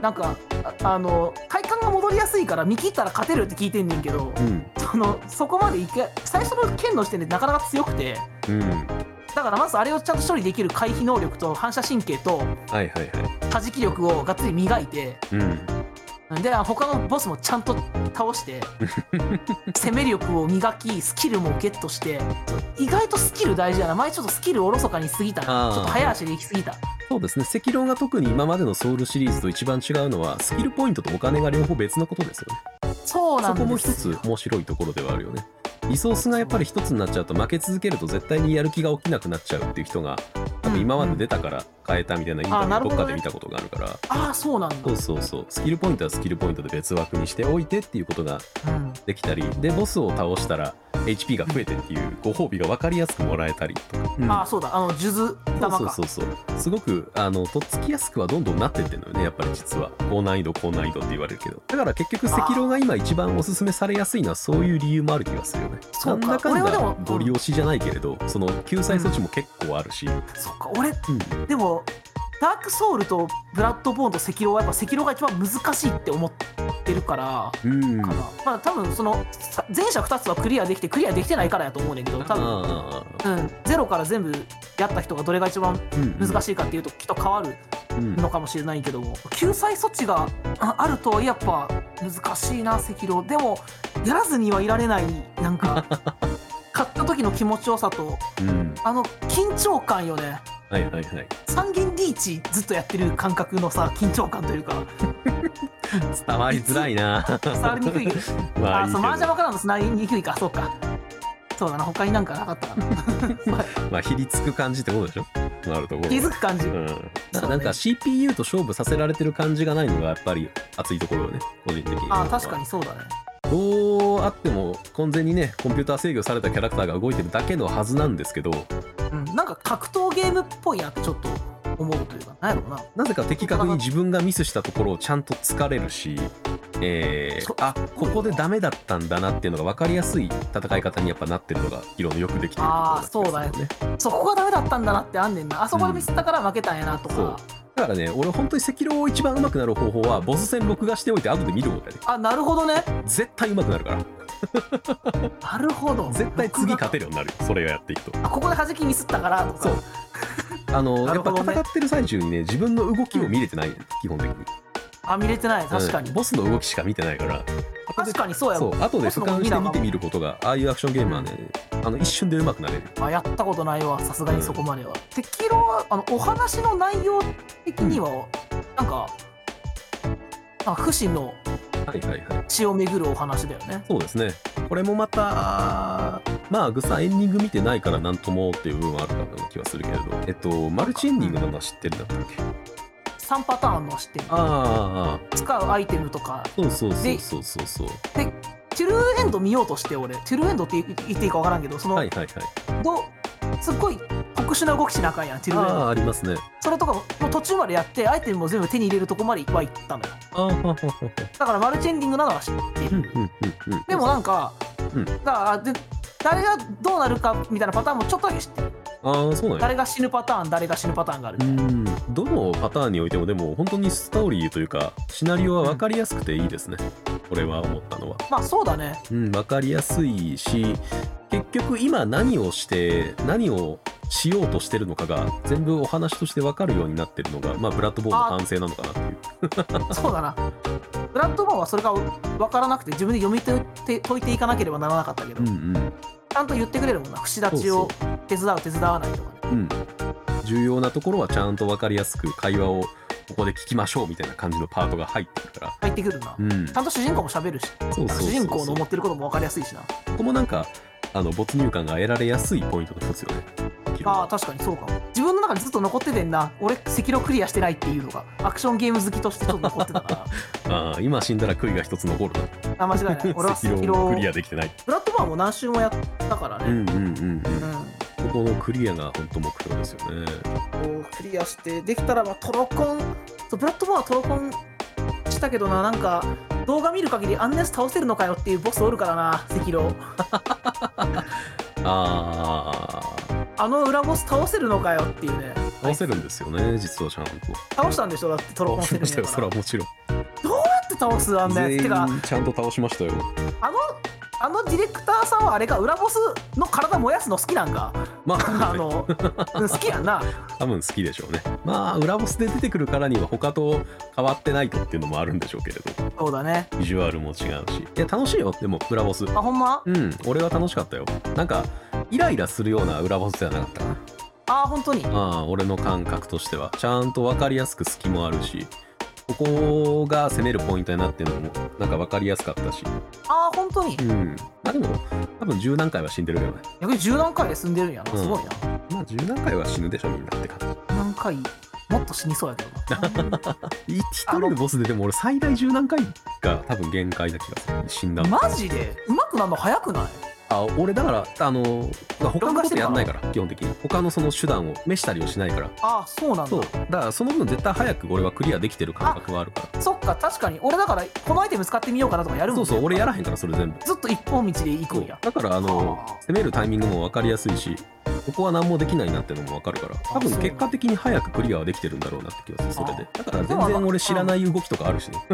Speaker 1: なんかああの体感が戻りやすいから見切ったら勝てるって聞いてんねんけど
Speaker 2: うん
Speaker 1: そのそこまでいけ最初の剣の時点でなかなか強くて
Speaker 2: うん
Speaker 1: だからまずあれをちゃんと処理できる回避能力と反射神経と
Speaker 2: はいはいはい
Speaker 1: 弾き力をがっつり磨いて
Speaker 2: うん
Speaker 1: で他のボスもちゃんと倒して
Speaker 2: <laughs>
Speaker 1: 攻め力を磨きスキルもゲットして意外とスキル大事だな前ちょっとスキルおろそかにしすぎた
Speaker 2: あ
Speaker 1: な
Speaker 2: ー
Speaker 1: ちょっと早足で行きすぎた
Speaker 2: そうですね赤狼が特に今までのソウルシリーズと一番違うのはスキルポイントとお金が両方別のことですよね
Speaker 1: そうな
Speaker 2: そ
Speaker 1: ん
Speaker 2: こも
Speaker 1: で
Speaker 2: 一
Speaker 1: す
Speaker 2: つ面白いところではあるよねリソースがやっぱり一つになっちゃうと負け続けると絶対にやる気が起きなくなっちゃうっていう人が多分今まで出たから変えたみたいなインタビュ
Speaker 1: あな
Speaker 2: ー
Speaker 1: る
Speaker 2: ど
Speaker 1: ほ
Speaker 2: っ
Speaker 1: ど
Speaker 2: か
Speaker 1: ね
Speaker 2: で見たことがあるから
Speaker 1: ああそうなんだ
Speaker 2: そうそうそうスキルポイントはスキルポイントで別枠にしておいてっていうことが
Speaker 1: うん
Speaker 2: できたりでボスを倒したら HP が増えてっていうご褒美が分かりやすくもらえたりとか、うん
Speaker 1: ああそうだあの数珠玉か
Speaker 2: そうそうそうそうすごくあのとっつきやすくはどんどんなってってんのよねやっぱり実は高難易度高難易度って言われるけどだから結局
Speaker 1: あー
Speaker 2: 赤狼が今一番おすすめされやすいのはそういう理由もある気がするよね
Speaker 1: そうか
Speaker 2: なんだかん
Speaker 1: 俺はで
Speaker 2: だ
Speaker 1: も
Speaker 2: ご利用しじゃないけれどその救済措置も結構あるし、
Speaker 1: そっか俺
Speaker 2: うん
Speaker 1: でもダークソウルとブラッドボーンと赤狼はやっぱ赤狼が一番難しいって思ってるから
Speaker 2: うん
Speaker 1: かな、まあ多分そのさ前者2つはクリアできてクリアできてないからやと思うねんだけど多分
Speaker 2: あ
Speaker 1: うん、ゼロから全部やった人がどれが一番
Speaker 2: ーうん
Speaker 1: 難しいかっていうときっと変わる
Speaker 2: うん
Speaker 1: のかもしれないけども、救済措置がああるとやっぱ難しいな赤狼でもやらずにはいられないなんか買った時の気持ちよさと
Speaker 2: うん
Speaker 1: あの緊張感よね
Speaker 2: はいはいはい
Speaker 1: 三元リーチずっとやってる感覚のさ緊張感というか
Speaker 2: 伝わりづらいな
Speaker 1: 伝わりにくい
Speaker 2: まあ
Speaker 1: あ
Speaker 2: いい
Speaker 1: そうマージャ
Speaker 2: け
Speaker 1: ン
Speaker 2: ど
Speaker 1: わからんの伝わりにくいかそうかそうだな他になんかなかった
Speaker 2: <laughs>
Speaker 1: かな
Speaker 2: まあひりつく感じってことでしょなるところ
Speaker 1: 気づく感じ、
Speaker 2: うん
Speaker 1: そうね
Speaker 2: なんか CPU と勝負させられてる感じがないのがやっぱり熱いところよね個人的に
Speaker 1: あ確かにそうだね
Speaker 2: どうあっても完全にねコンピューター制御されたキャラクターが動いてるだけのはずなんですけど
Speaker 1: うん、なんか格闘ゲームっぽいなってちょっと思うというか、なんやろうな。
Speaker 2: なぜか的確に自分がミスしたところをちゃんと突かれるし、えー
Speaker 1: そ
Speaker 2: あここでダメだったんだなっていうのが分かりやすい戦い方にやっぱなってるのが色のよくできてるところ
Speaker 1: あー
Speaker 2: だったりす
Speaker 1: そ
Speaker 2: るよ
Speaker 1: うだそうここがダメだったんだなってあんねんな。あそこでミスったから負けたんやなとか。
Speaker 2: そうだからね俺本当に赤狼を一番上手くなる方法はボス戦録画しておいて後で見ることだね
Speaker 1: あ、なるほどね。
Speaker 2: 絶対上手くなるから
Speaker 1: なるほど。
Speaker 2: 絶対次勝て
Speaker 1: る。
Speaker 2: るようになるよそれがやっていくと
Speaker 1: あ、ここで弾きミスったからとか。
Speaker 2: そうあの、
Speaker 1: な
Speaker 2: や
Speaker 1: る
Speaker 2: っぱ
Speaker 1: ほどね
Speaker 2: 戦ってる最中にね自分の動きを見れてない、基本的に
Speaker 1: あ、見れてない。確かに。
Speaker 2: うんボスの動きしか見てないから
Speaker 1: 確かにそうや
Speaker 2: そ
Speaker 1: もん
Speaker 2: う後で
Speaker 1: ボス
Speaker 2: 俯
Speaker 1: の動
Speaker 2: 瞰
Speaker 1: き
Speaker 2: して
Speaker 1: だな
Speaker 2: 見てみることがああいうアクションゲームはね、あの一瞬で上手くなれる
Speaker 1: あ、やったことないわ。さすがにそこまでは。敵色は、あの、お話の内容的には、なんか、なんか不死の
Speaker 2: はいはいはい
Speaker 1: 血を巡るお話だよね。
Speaker 2: そうですねこれもまたまあぐさんエンディング見てないからなんともっていう部分はあるかな気はするけれどえっとマルチエンディングなのは知ってるんだったっけ
Speaker 1: 3パターンの視点。
Speaker 2: ああ
Speaker 1: 使うアイテムとか、
Speaker 2: そうそうそうそうそうそう
Speaker 1: トゥルーエンド見ようとして俺トゥルーエンドって言言っていいか分からんけどその、
Speaker 2: はいはいはい
Speaker 1: どすっごい特殊な動きしなあかんやんトゥルーエン
Speaker 2: あ
Speaker 1: ド
Speaker 2: あありますね
Speaker 1: それとかももう途中までやってアイテムも全部手に入れるとこまでは行ったのよ
Speaker 2: ああはははは
Speaker 1: だからマルチエンディングなのは知ってい
Speaker 2: うん
Speaker 1: る、
Speaker 2: うんうんうん
Speaker 1: でもなんか、
Speaker 2: うん
Speaker 1: だからで誰がどうなるかみたいなパターンもちょっとだけ知ってる
Speaker 2: ああそうなんや
Speaker 1: 誰が死ぬパターン誰が死ぬパターンがあるみ
Speaker 2: う
Speaker 1: たいな、
Speaker 2: んどのパターンにおいてもでも本当にストーリーというかシナリオは分かりやすくていいですねこれは思ったのは、
Speaker 1: まあそうだね
Speaker 2: うん、分かりやすいし結局今何をして何をしようとしてるのかが全部お話として分かるようになってるのがまあブラッドボーンの完成なのかなっていう
Speaker 1: そうだなブラッドボーンはそれが分からなくて自分で読み解いて解いていかなければならなかったけど、
Speaker 2: うん
Speaker 1: ち
Speaker 2: うん
Speaker 1: ゃんと言ってくれるもんな串立ちを手伝う手伝わないとかね
Speaker 2: うん重要なところはちゃんと分かりやすく会話をここで聞きましょうみたいな感じのパートが入ってるから
Speaker 1: 入ってくるな、
Speaker 2: うん
Speaker 1: ちゃんと主人公も喋るし
Speaker 2: そうそうそうそう
Speaker 1: 主人公の思ってることも分かりやすいしな
Speaker 2: ここもなんかあの没入感が得られやすいポイントの一つよね
Speaker 1: ああ確かにそうかも自分の中にずっと残っててんな俺赤色クリアしてないっていうのがアクションゲーム好きとしてちょっと残ってた
Speaker 2: <laughs>
Speaker 1: か
Speaker 2: ああ今死んだら悔いが一つ残るな
Speaker 1: らあ間違いない俺は
Speaker 2: <laughs>
Speaker 1: 赤色
Speaker 2: 赤狼をクリアできてない
Speaker 1: ブラッドバーンも何周もやったから
Speaker 2: うん
Speaker 1: ね
Speaker 2: うんうん
Speaker 1: うん、
Speaker 2: うんここのクリアが本当目標ですよね
Speaker 1: こうクリアしてできたらまあトロコンそうブラッドバーンはトロコンしたけどななんか動画見る限りあんなやつ倒せるのかよっていうボスおるからな赤色
Speaker 2: ああ
Speaker 1: あの裏ボス倒せるのかよっていうね
Speaker 2: 合わせるんですよね実はちゃんと
Speaker 1: 倒したんでしょだってトロコンセ
Speaker 2: 倒し
Speaker 1: ルミネ
Speaker 2: ましたよ <laughs> それはもちろん
Speaker 1: って倒すあんなや
Speaker 2: 全
Speaker 1: つてか
Speaker 2: 員ちゃんと倒しましたよ
Speaker 1: あのあのディレクターさんはあれか裏ボスの体燃やすの好きなん
Speaker 2: <laughs>
Speaker 1: か <laughs>
Speaker 2: まあ
Speaker 1: あのうん好きやんな
Speaker 2: 多分好きでしょうねまあ裏ボスで出てくるからには他と変わってないとっていうのもあるんでしょうけれど
Speaker 1: そうだね
Speaker 2: ビジュアルも違うしいや楽しいよでも裏ボス
Speaker 1: あほんま
Speaker 2: うん俺は楽しかったよなんかイライラするような裏ボスではなかったな
Speaker 1: あ本当に
Speaker 2: ああ俺の感覚としてはちゃんと分かりやすく隙もあるしここが攻めるポイントになってるのもなんか分かりやすかったし
Speaker 1: あ本当に
Speaker 2: うんまあでも多分10何回は死んでるけどね
Speaker 1: 逆に10何回で済んでるんやな
Speaker 2: うん
Speaker 1: すごいな、
Speaker 2: まあ10何回は死ぬでしょみんなって感じ
Speaker 1: 何回もっと死にそうやけど
Speaker 2: <laughs>
Speaker 1: な
Speaker 2: い一人のボスででも俺最大10何回が多分限界な気がする死んだの
Speaker 1: マジでうまくなるの早くない
Speaker 2: あ俺だからあの他のことやんないから基本的に他のその手段を召したりをしないから
Speaker 1: あそうなん
Speaker 2: そう
Speaker 1: だ
Speaker 2: だからその分絶対早く俺はクリアできてる感覚はあるか
Speaker 1: そっか確かに俺だからこのアイテム使ってみようかなとかやる
Speaker 2: ら
Speaker 1: もん、
Speaker 2: そう
Speaker 1: ね、
Speaker 2: そう俺やらへんからそれ全部
Speaker 1: ずっと一本道で行く
Speaker 2: そ
Speaker 1: ん
Speaker 2: う
Speaker 1: や
Speaker 2: だからあの
Speaker 1: はあ
Speaker 2: 攻めるタイミングも分かりやすいしここは何もできないなってのも分かるから多
Speaker 1: あそう
Speaker 2: 分結果的に早くクリアはできてるんだろうなって気がするそれでだから
Speaker 1: そう
Speaker 2: 全
Speaker 1: なんだ
Speaker 2: 然俺知らない動きとかあるしね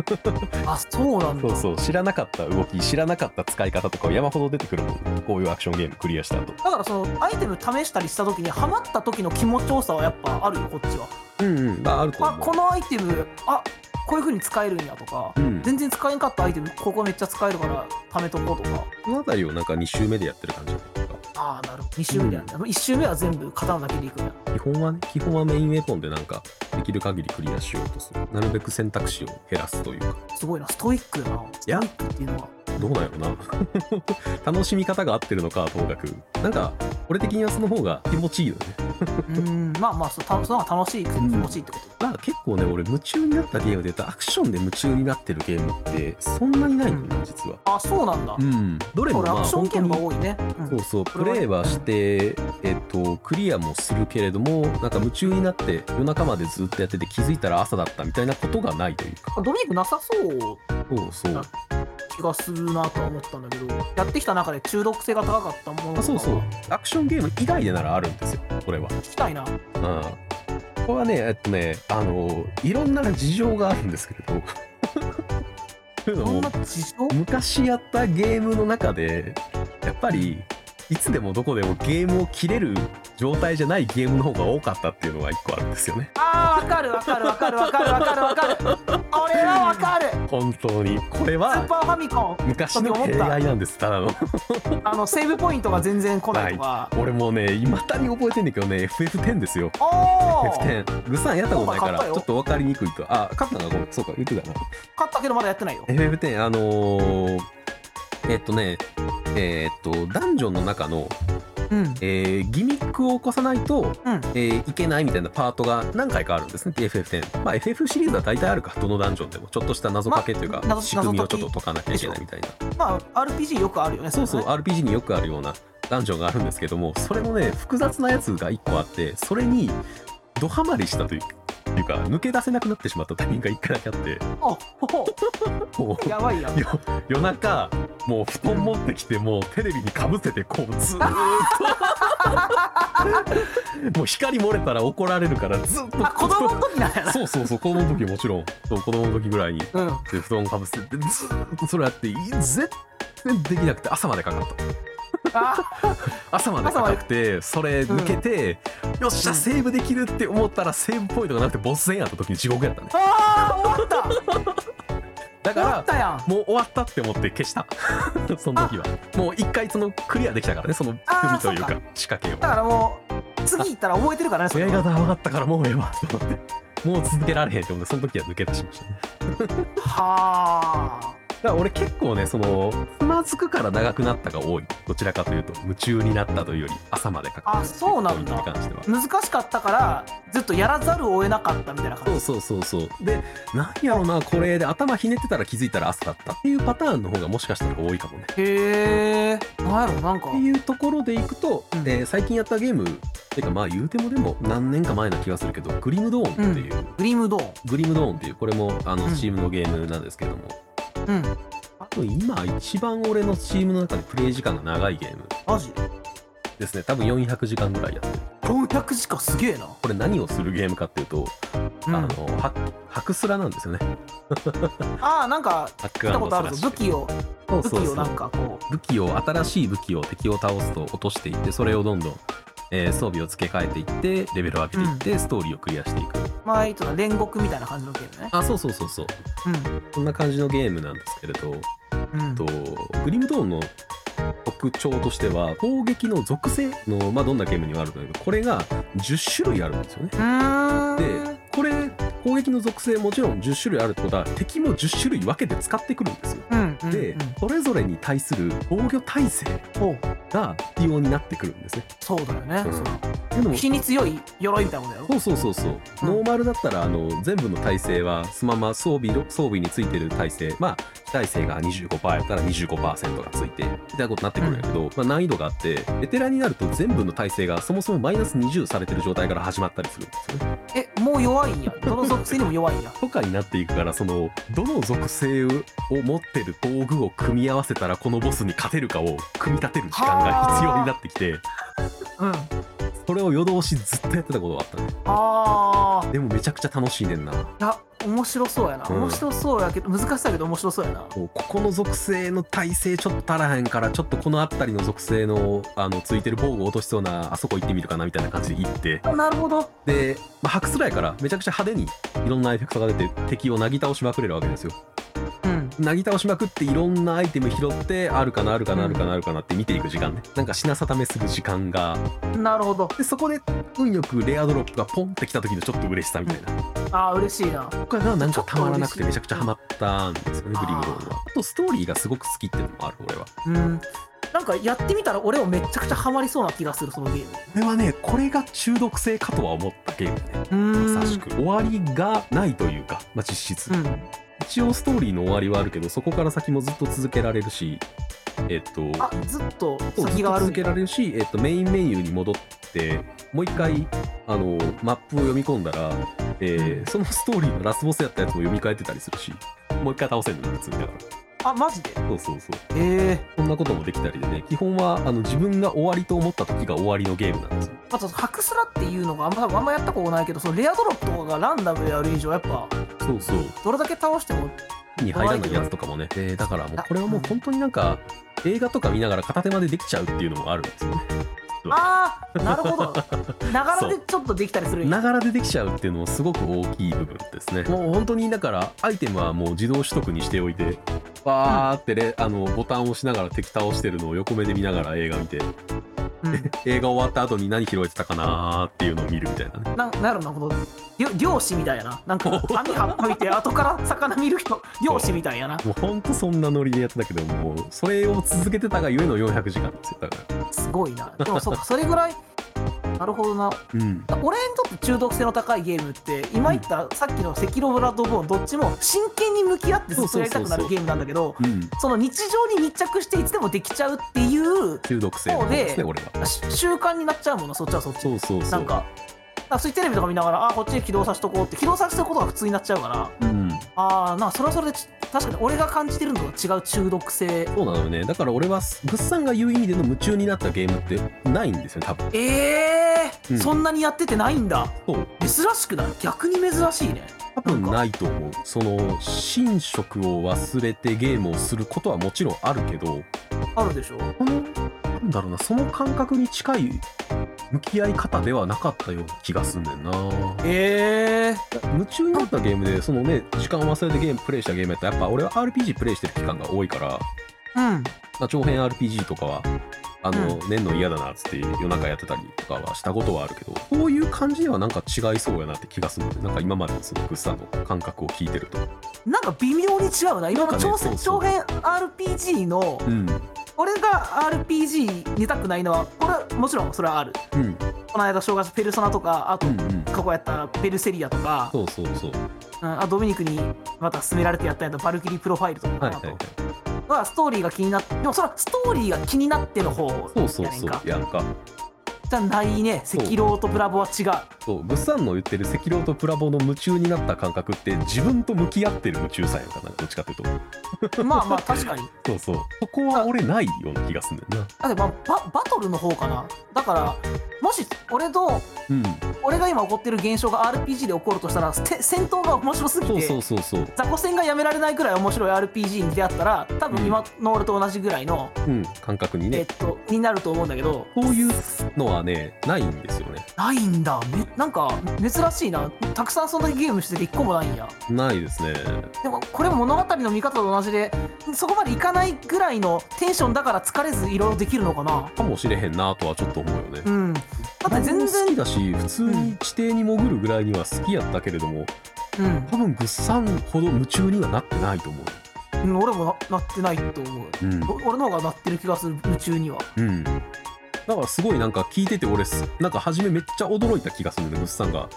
Speaker 1: あそうなんだ
Speaker 2: <laughs> そうそう知らなかった動き知らなかった使い方とか山ほど出てくるもんねこういうアクションゲームクリアした後
Speaker 1: だからそのアイテム試したりした時にハマった時の気持ちよさはやっぱあるよこっちは
Speaker 2: うんうんまああると
Speaker 1: あ
Speaker 2: 思
Speaker 1: このアイテムあこういう風に使えるんやとか
Speaker 2: ううん
Speaker 1: 全然使えんかったアイテムここめっちゃ使えるから貯めとこうとか
Speaker 2: この辺りをなんか2周目でやってる感じとか
Speaker 1: ああなるほど2周目なんだ、1周目は全部刀だけでいくんや
Speaker 2: 基本はね基本はメインウェポンでなんかできる限りクリアしようとするなるべく選択肢を減らすというか
Speaker 1: すごいなストイックやなストイ
Speaker 2: や
Speaker 1: ックっていうのは
Speaker 2: どうなんやろな <laughs> 楽しみ方が合ってるのかともかくなんか俺的にはその方が気持ちいいよね
Speaker 1: うーんまあまあそうたその方が楽しいくて気持ちいいってこと、
Speaker 2: まあ結構ね俺夢中になったゲームで言うとアクションで夢中になってるゲームってそんなにないのよ、
Speaker 1: う
Speaker 2: 実は
Speaker 1: あそうなんだ、
Speaker 2: うんどれも
Speaker 1: これ
Speaker 2: ま
Speaker 1: ア
Speaker 2: あ
Speaker 1: クション
Speaker 2: 本当
Speaker 1: ゲームが
Speaker 2: に
Speaker 1: 多いね、うん
Speaker 2: そうそうプ
Speaker 1: これはね
Speaker 2: レイはして、えっと、クリアもするけれどもなんか夢中になって夜中までずっとやってて気づいたら朝だったみたいなことがないというか
Speaker 1: あドミニクなさそう
Speaker 2: そうそう
Speaker 1: あ気がするなとは思ったんだけどやってきた中で中毒性が高かったものとか
Speaker 2: あ
Speaker 1: は
Speaker 2: そうそうアクションゲーム以外でならあるんですよこれは
Speaker 1: 聞きたいな
Speaker 2: うん、これはねえっとねあのいろんな事情があるんですけれどというの
Speaker 1: こん
Speaker 2: も <laughs>
Speaker 1: な事情
Speaker 2: 昔やったゲームの中でやっぱりいつでもどこでもゲームを切れる状態じゃないゲームの方が多かったっていうのが一個あるんですよね
Speaker 1: あーわかるわかるわかるわかるわかるわ
Speaker 2: <laughs>
Speaker 1: かる俺はわかるス
Speaker 2: 本当にこ
Speaker 1: ー
Speaker 2: れは
Speaker 1: パーファミコン
Speaker 2: 昔の弊害なんですただの
Speaker 1: あのセーブポイントが全然来ないとか、
Speaker 2: 俺もうねいまだに覚えてんだけどね FF10 ですよ
Speaker 1: おお
Speaker 2: <laughs> FF10 グさんやったことないから
Speaker 1: そうか買った
Speaker 2: ち
Speaker 1: よ
Speaker 2: ょっと分かりにくいとあ勝ったなごめんそうか言ってたな
Speaker 1: 勝ったけどまだやってないよ
Speaker 2: FF10 あのーえっとねえーっとダンジョンの中の、
Speaker 1: うん
Speaker 2: えーギミックを起こさないと、
Speaker 1: うん
Speaker 2: えーいけないみたいなパートが何回かあるんですね FF10 まあ FF シリーズは大体あるかどのダンジョンでもちょっとした謎かけというか、
Speaker 1: まあ謎
Speaker 2: 仕組みをちょ
Speaker 1: 謎
Speaker 2: っ
Speaker 1: 解
Speaker 2: と
Speaker 1: き
Speaker 2: 解かなきゃいけないみたいな
Speaker 1: まあ RPG よくあるよね
Speaker 2: そうそう
Speaker 1: れはね
Speaker 2: RPG によくあるようなダンジョンがあるんですけどもそれもね複雑なやつが1個あってそれにドハマりしたといういうか抜け出せなくなってしまったタイミングが1回だけあって
Speaker 1: あほ
Speaker 2: <laughs>
Speaker 1: ほ
Speaker 2: もう
Speaker 1: やばいやん
Speaker 2: よ夜中もう布団持ってきてもうテレビにかぶせてこうずー
Speaker 1: <laughs>
Speaker 2: っともう光漏れたら怒られるからずっと
Speaker 1: あ子供の時なんやな
Speaker 2: そうそうそう子供の時もちろん <laughs> そう子供の時ぐらいにで
Speaker 1: うん
Speaker 2: 布団かぶせてずーっとそれやってい絶対できなくて朝までかかった
Speaker 1: あ
Speaker 2: 朝までかかってそれ抜けて、よっしゃ
Speaker 1: うん
Speaker 2: セーブできるって思ったらセーブポイントがなくてボス戦やった時に地獄やったね
Speaker 1: あー終わった
Speaker 2: だ
Speaker 1: 終わ
Speaker 2: か
Speaker 1: ったやん
Speaker 2: らもう終わったって思って消した
Speaker 1: <laughs>
Speaker 2: その時はもう一回そのクリアできたからねその
Speaker 1: あー
Speaker 2: 組という
Speaker 1: そ
Speaker 2: か
Speaker 1: う
Speaker 2: 仕掛けを
Speaker 1: だからもう次行ったら覚えてるからねそれ
Speaker 2: 親
Speaker 1: は
Speaker 2: 方分かったからもうええわと思ってもう続けられへんって思ってその時は抜け出しましたね
Speaker 1: はあ
Speaker 2: だから俺結構ねそのつまずくから長くなったが多いどちらかというと夢中になったというより朝までかか
Speaker 1: あそうなんだ
Speaker 2: ポイントに関しては
Speaker 1: 難しかったからずっとやらざるを得なかったみたいな感
Speaker 2: そ
Speaker 1: じ
Speaker 2: うそうそうそうでなんやろなこれで頭ひねってたら気づいたら朝だったっていうパターンの方がもしかしたら多いかもね
Speaker 1: へえなんやろなんか
Speaker 2: っていうところでいくと、
Speaker 1: うん
Speaker 2: えー最近やったゲームっていうかまあ言うてもでも何年か前な気がするけどグリムドーンっていう、
Speaker 1: グリムドー
Speaker 2: グリムドーンっていうこれもあの
Speaker 1: うん
Speaker 2: Steam のゲームなんですけども、
Speaker 1: ンうん
Speaker 2: 多分今一番俺の Steam の中でプレイ時間が長いゲーム
Speaker 1: マジ
Speaker 2: ですね多分400時間ぐらいやってる
Speaker 1: 400時間すげえな、
Speaker 2: これ何をするゲームかっていうと、
Speaker 1: うん、
Speaker 2: あ
Speaker 1: あ
Speaker 2: のハハクスラなんですよね
Speaker 1: あーなんか
Speaker 2: ハッ
Speaker 1: 聞
Speaker 2: ク
Speaker 1: い
Speaker 2: ア
Speaker 1: た
Speaker 2: ン
Speaker 1: こと
Speaker 2: ドス
Speaker 1: あ
Speaker 2: ラ
Speaker 1: る
Speaker 2: ッシ
Speaker 1: ぞ
Speaker 2: ュ
Speaker 1: 武器を
Speaker 2: そう
Speaker 1: 武
Speaker 2: そう
Speaker 1: 器
Speaker 2: そ
Speaker 1: を
Speaker 2: う
Speaker 1: なんかこ
Speaker 2: 武器を新しい武器を敵を倒すと落としていってそれをどんどん、えー装備を付け替えていってレベルを上げていって、ストーリーをクリアしていく
Speaker 1: う前との煉獄みたいな感じのゲームね
Speaker 2: あそうそうそうそうこんな感じのゲームなんですけれど、
Speaker 1: うんうん
Speaker 2: とグリムドーンの特徴としては攻撃の属性の、まあ、どんなゲームにもあるんだけどこれが10種類あるんですよね
Speaker 1: うーん
Speaker 2: でこれ攻撃の属性もちろん10種類あるってことは敵も10種類分けて使ってくるんですよ
Speaker 1: うんうん
Speaker 2: で
Speaker 1: うん
Speaker 2: それぞれに対する防御耐性
Speaker 1: おう
Speaker 2: が必要になってくるんですね
Speaker 1: そうだよね、
Speaker 2: うん
Speaker 1: そ
Speaker 2: っていうの
Speaker 1: う
Speaker 2: も
Speaker 1: 火に強い鎧みたいなもんだよ
Speaker 2: そうそうそうそう、
Speaker 1: うん
Speaker 2: ノーマルだったらあの全部の耐性はそのまま装備の装備についてる耐性まあ非耐性が25%やったら25%がついてみたいなことになってくるんだけど、まあ、難易度があってベテランになると全部の耐性がそもそもマイナス20されてる状態から始まったりするんですよね。
Speaker 1: えもう弱いんやどの属性にも弱いんや
Speaker 2: とかになっていくからそのどの属性を持ってる道具を組み合わせたらこのボスに勝てるかを組み立てる時間が必要になってきて
Speaker 1: うん
Speaker 2: それを夜通しずっとやってたことがあったね
Speaker 1: あー
Speaker 2: でもめちゃくちゃ楽しいねんない
Speaker 1: や面白そうやな、
Speaker 2: うん
Speaker 1: 面白そうやけど難しそうやけど面白そうやな
Speaker 2: こうここの属性の耐性ちょっと足らへんからちょっとこの辺りの属性のあのついてる防具落としそうなあそこ行ってみるかなみたいな感じで行って
Speaker 1: あなるほど
Speaker 2: で、まあ、白スラやからめちゃくちゃ派手にいろんなエフェクトが出て敵をなぎ倒しまくれるわけですよ
Speaker 1: うん
Speaker 2: なぎ倒しまくっていろんなアイテム拾ってあるかなあるかなあるかなあるかなって見ていく時間ねなんか品定めする時間が
Speaker 1: なるほど
Speaker 2: でそこで運よくレアドロップがポンってきた時のちょっと嬉しさみたいな
Speaker 1: あー嬉しいな
Speaker 2: これがなんかたまらなくてめちゃくちゃハマったんですよね
Speaker 1: あー
Speaker 2: グリムローンはあとストーリーがすごく好きっていうのもある俺は
Speaker 1: うんなんかやってみたら俺もめちゃくちゃハマりそうな気がするそのゲーム
Speaker 2: これはねこれが中毒性かとは思ったゲームね
Speaker 1: うーん
Speaker 2: まさしく終わりがないというか、まあ、実質、
Speaker 1: うん
Speaker 2: 一応ストーリーの終わりはあるけどそこから先もずっと続けられるしえっと
Speaker 1: あずっと
Speaker 2: そうず
Speaker 1: 先
Speaker 2: っ
Speaker 1: が
Speaker 2: と
Speaker 1: ある
Speaker 2: 続けられるし、えっと、メインメニューに戻ってもう一回あのマップを読み込んだら、えー
Speaker 1: うん
Speaker 2: そのストーリーのラスボスやったやつも読み替えてたりするしもう一回倒せるのにみたいな
Speaker 1: あマジで
Speaker 2: そうそうそう
Speaker 1: ええ
Speaker 2: こんなこともできたりでね基本はあの自分が終わりと思った時が終わりのゲームなんですよ
Speaker 1: あとハクスラっていうのがあんまあんまやったことないけどそのレアドロップとかがランダムでやる以上やっぱ
Speaker 2: そうそう
Speaker 1: どれだけ倒しても
Speaker 2: に入らないやつとかもね、えーだからもう
Speaker 1: あ
Speaker 2: これはもう本当になんか映画とか見ながら片手までできちゃうっていうのもあるんですよね
Speaker 1: ああなるほ
Speaker 2: <laughs>
Speaker 1: どながらでちょっとできたりするんや
Speaker 2: ながらでできちゃうっていうのもすごく大きい部分ですねもう本当にだからアイテムはもう自動取得にしておいてわーってレあのボタンを押しながら敵倒してるのを横目で見ながら映画見て
Speaker 1: うん
Speaker 2: 映画終わった後に何拾えてたかなーっていうのを見るみたいなね
Speaker 1: ななるなこのりょ漁師みたいやななんか網張っとい
Speaker 2: <laughs>
Speaker 1: て後から魚見る人漁師みたいやな
Speaker 2: もうほんとそんなノリでやってたけどもうそれを続けてたがゆえの400時間ですよだから
Speaker 1: すごいなでもそうかそれぐらいなるほどな
Speaker 2: うん
Speaker 1: 俺にとって中毒性の高いゲームって今言ったさっきの「赤色ブラッドボーン」どっちも真剣に向き合ってずっとやりたくなるゲームなんだけど
Speaker 2: うん
Speaker 1: その日常に密着していつでもできちゃうっていう
Speaker 2: 中毒性の方ですね俺は
Speaker 1: し習慣になっちゃうものそっちはそっち
Speaker 2: そうそうそう
Speaker 1: なんかなんかそういうテレビとか見ながらあこっちに起動させとこうって起動させとくことが普通になっちゃうから
Speaker 2: うん
Speaker 1: ああなんかそれはそれでち確かに俺が感じてるのと違う中毒性
Speaker 2: そうなのよねだから俺はグッさんが言う意味での夢中になったゲームってないんですよね多分
Speaker 1: ええー
Speaker 2: うん
Speaker 1: そんなにやっててないんだ
Speaker 2: そう
Speaker 1: 珍しくない逆に珍しいね
Speaker 2: 多分ないと思うその寝食を忘れてゲームをすることはもちろんあるけど
Speaker 1: あるでしょ
Speaker 2: このなんだろうなその感覚に近い向き合い方ではなかったような気がすんねんな
Speaker 1: ええ
Speaker 2: 夢中になったゲームでそのね時間を忘れてゲームプレイしたゲームやったらやっぱ俺は RPG プレイしてる期間が多いから
Speaker 1: うん
Speaker 2: まあ、長編 RPG とかはあの、年の嫌だなっつって夜中やってたりとかはしたことはあるけどこういう感じではなんか違いそうやなって気がするんでなんか今までのそのグッサンの感覚を聞いてると
Speaker 1: なんか微妙に違うな今の
Speaker 2: なんかね
Speaker 1: 長,、
Speaker 2: そうそう
Speaker 1: 長編 RPG の
Speaker 2: うん
Speaker 1: 俺が RPG にたくないのはこれはもちろんそれはある
Speaker 2: うん
Speaker 1: この間正月ペルソナとかあと
Speaker 2: うんうん
Speaker 1: 過去やったペルセリアとか、
Speaker 2: そうそうそう
Speaker 1: うん、あドミニクにまた勧められてやったやつバルキリープロファイルとか
Speaker 2: はい
Speaker 1: あ
Speaker 2: はい
Speaker 1: と
Speaker 2: はい
Speaker 1: はストーリーが気になってでもそれはストーリーが気になっての方
Speaker 2: そうそう
Speaker 1: やねん
Speaker 2: そ
Speaker 1: か
Speaker 2: うやんか
Speaker 1: じゃないね
Speaker 2: そう
Speaker 1: 赤狼とブラボーは違う
Speaker 2: そう物産の言ってる赤狼とプラボの夢中になった感覚って自分と向き合ってる夢中さやんかなどっちかっていうと
Speaker 1: まあまあ確かに
Speaker 2: そうそうそこは俺ないような気がするんだよ
Speaker 1: だ
Speaker 2: な
Speaker 1: ってまあババトルの方かなだからもし俺と
Speaker 2: うん
Speaker 1: 俺が今起こってる現象が RPG で起こるとしたらせ戦闘が面白すぎ
Speaker 2: そう
Speaker 1: て
Speaker 2: そうそうそう
Speaker 1: 雑魚戦がやめられないくらい面白い RPG に出会ったら多分今の俺と同じぐらいの、
Speaker 2: うん感覚に
Speaker 1: え
Speaker 2: ね
Speaker 1: っとになると思うんだけど
Speaker 2: そういうのはねないんですよね
Speaker 1: ないんだめなんか珍しいなたくさんそんなゲームしてて1個もないんや
Speaker 2: ないですね
Speaker 1: でもこれも物語の見方と同じでそこまでいかないぐらいのテンションだから疲れずいろいろできるのかな
Speaker 2: かもしれへんなとはちょっと思うよね
Speaker 1: うんだって全
Speaker 2: 好き
Speaker 1: 然
Speaker 2: だし普通に地底に潜るぐらいには好きやったけれども
Speaker 1: うん
Speaker 2: 多分グッサンほど夢中にはなってないと思う
Speaker 1: うん俺もななってないと思う
Speaker 2: うん
Speaker 1: お俺の方がなってる気がする夢中には
Speaker 2: うんだからすごいなんか聞いてて俺すなんか初めめっちゃ驚いた気がするんだよねグッサンが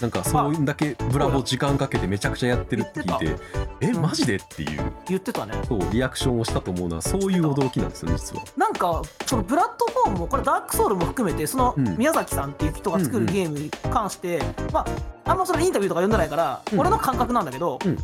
Speaker 2: なんかそういうんだけブラボー時間かけてめちゃくちゃやってるって聞いてえ
Speaker 1: うん
Speaker 2: マジでっていう
Speaker 1: 言ってたね
Speaker 2: そうリアクションをしたと思うのはそういう驚きなんですよね実は
Speaker 1: なんかそのプラットフォームもこれダークソウルも含めてその
Speaker 2: うん
Speaker 1: 宮崎さんっていう人が作
Speaker 2: う
Speaker 1: る
Speaker 2: んうん
Speaker 1: ゲームに関して、まああんまそのインタビューとか読んでないから、
Speaker 2: うん
Speaker 1: 俺の感覚なんだけど、
Speaker 2: うん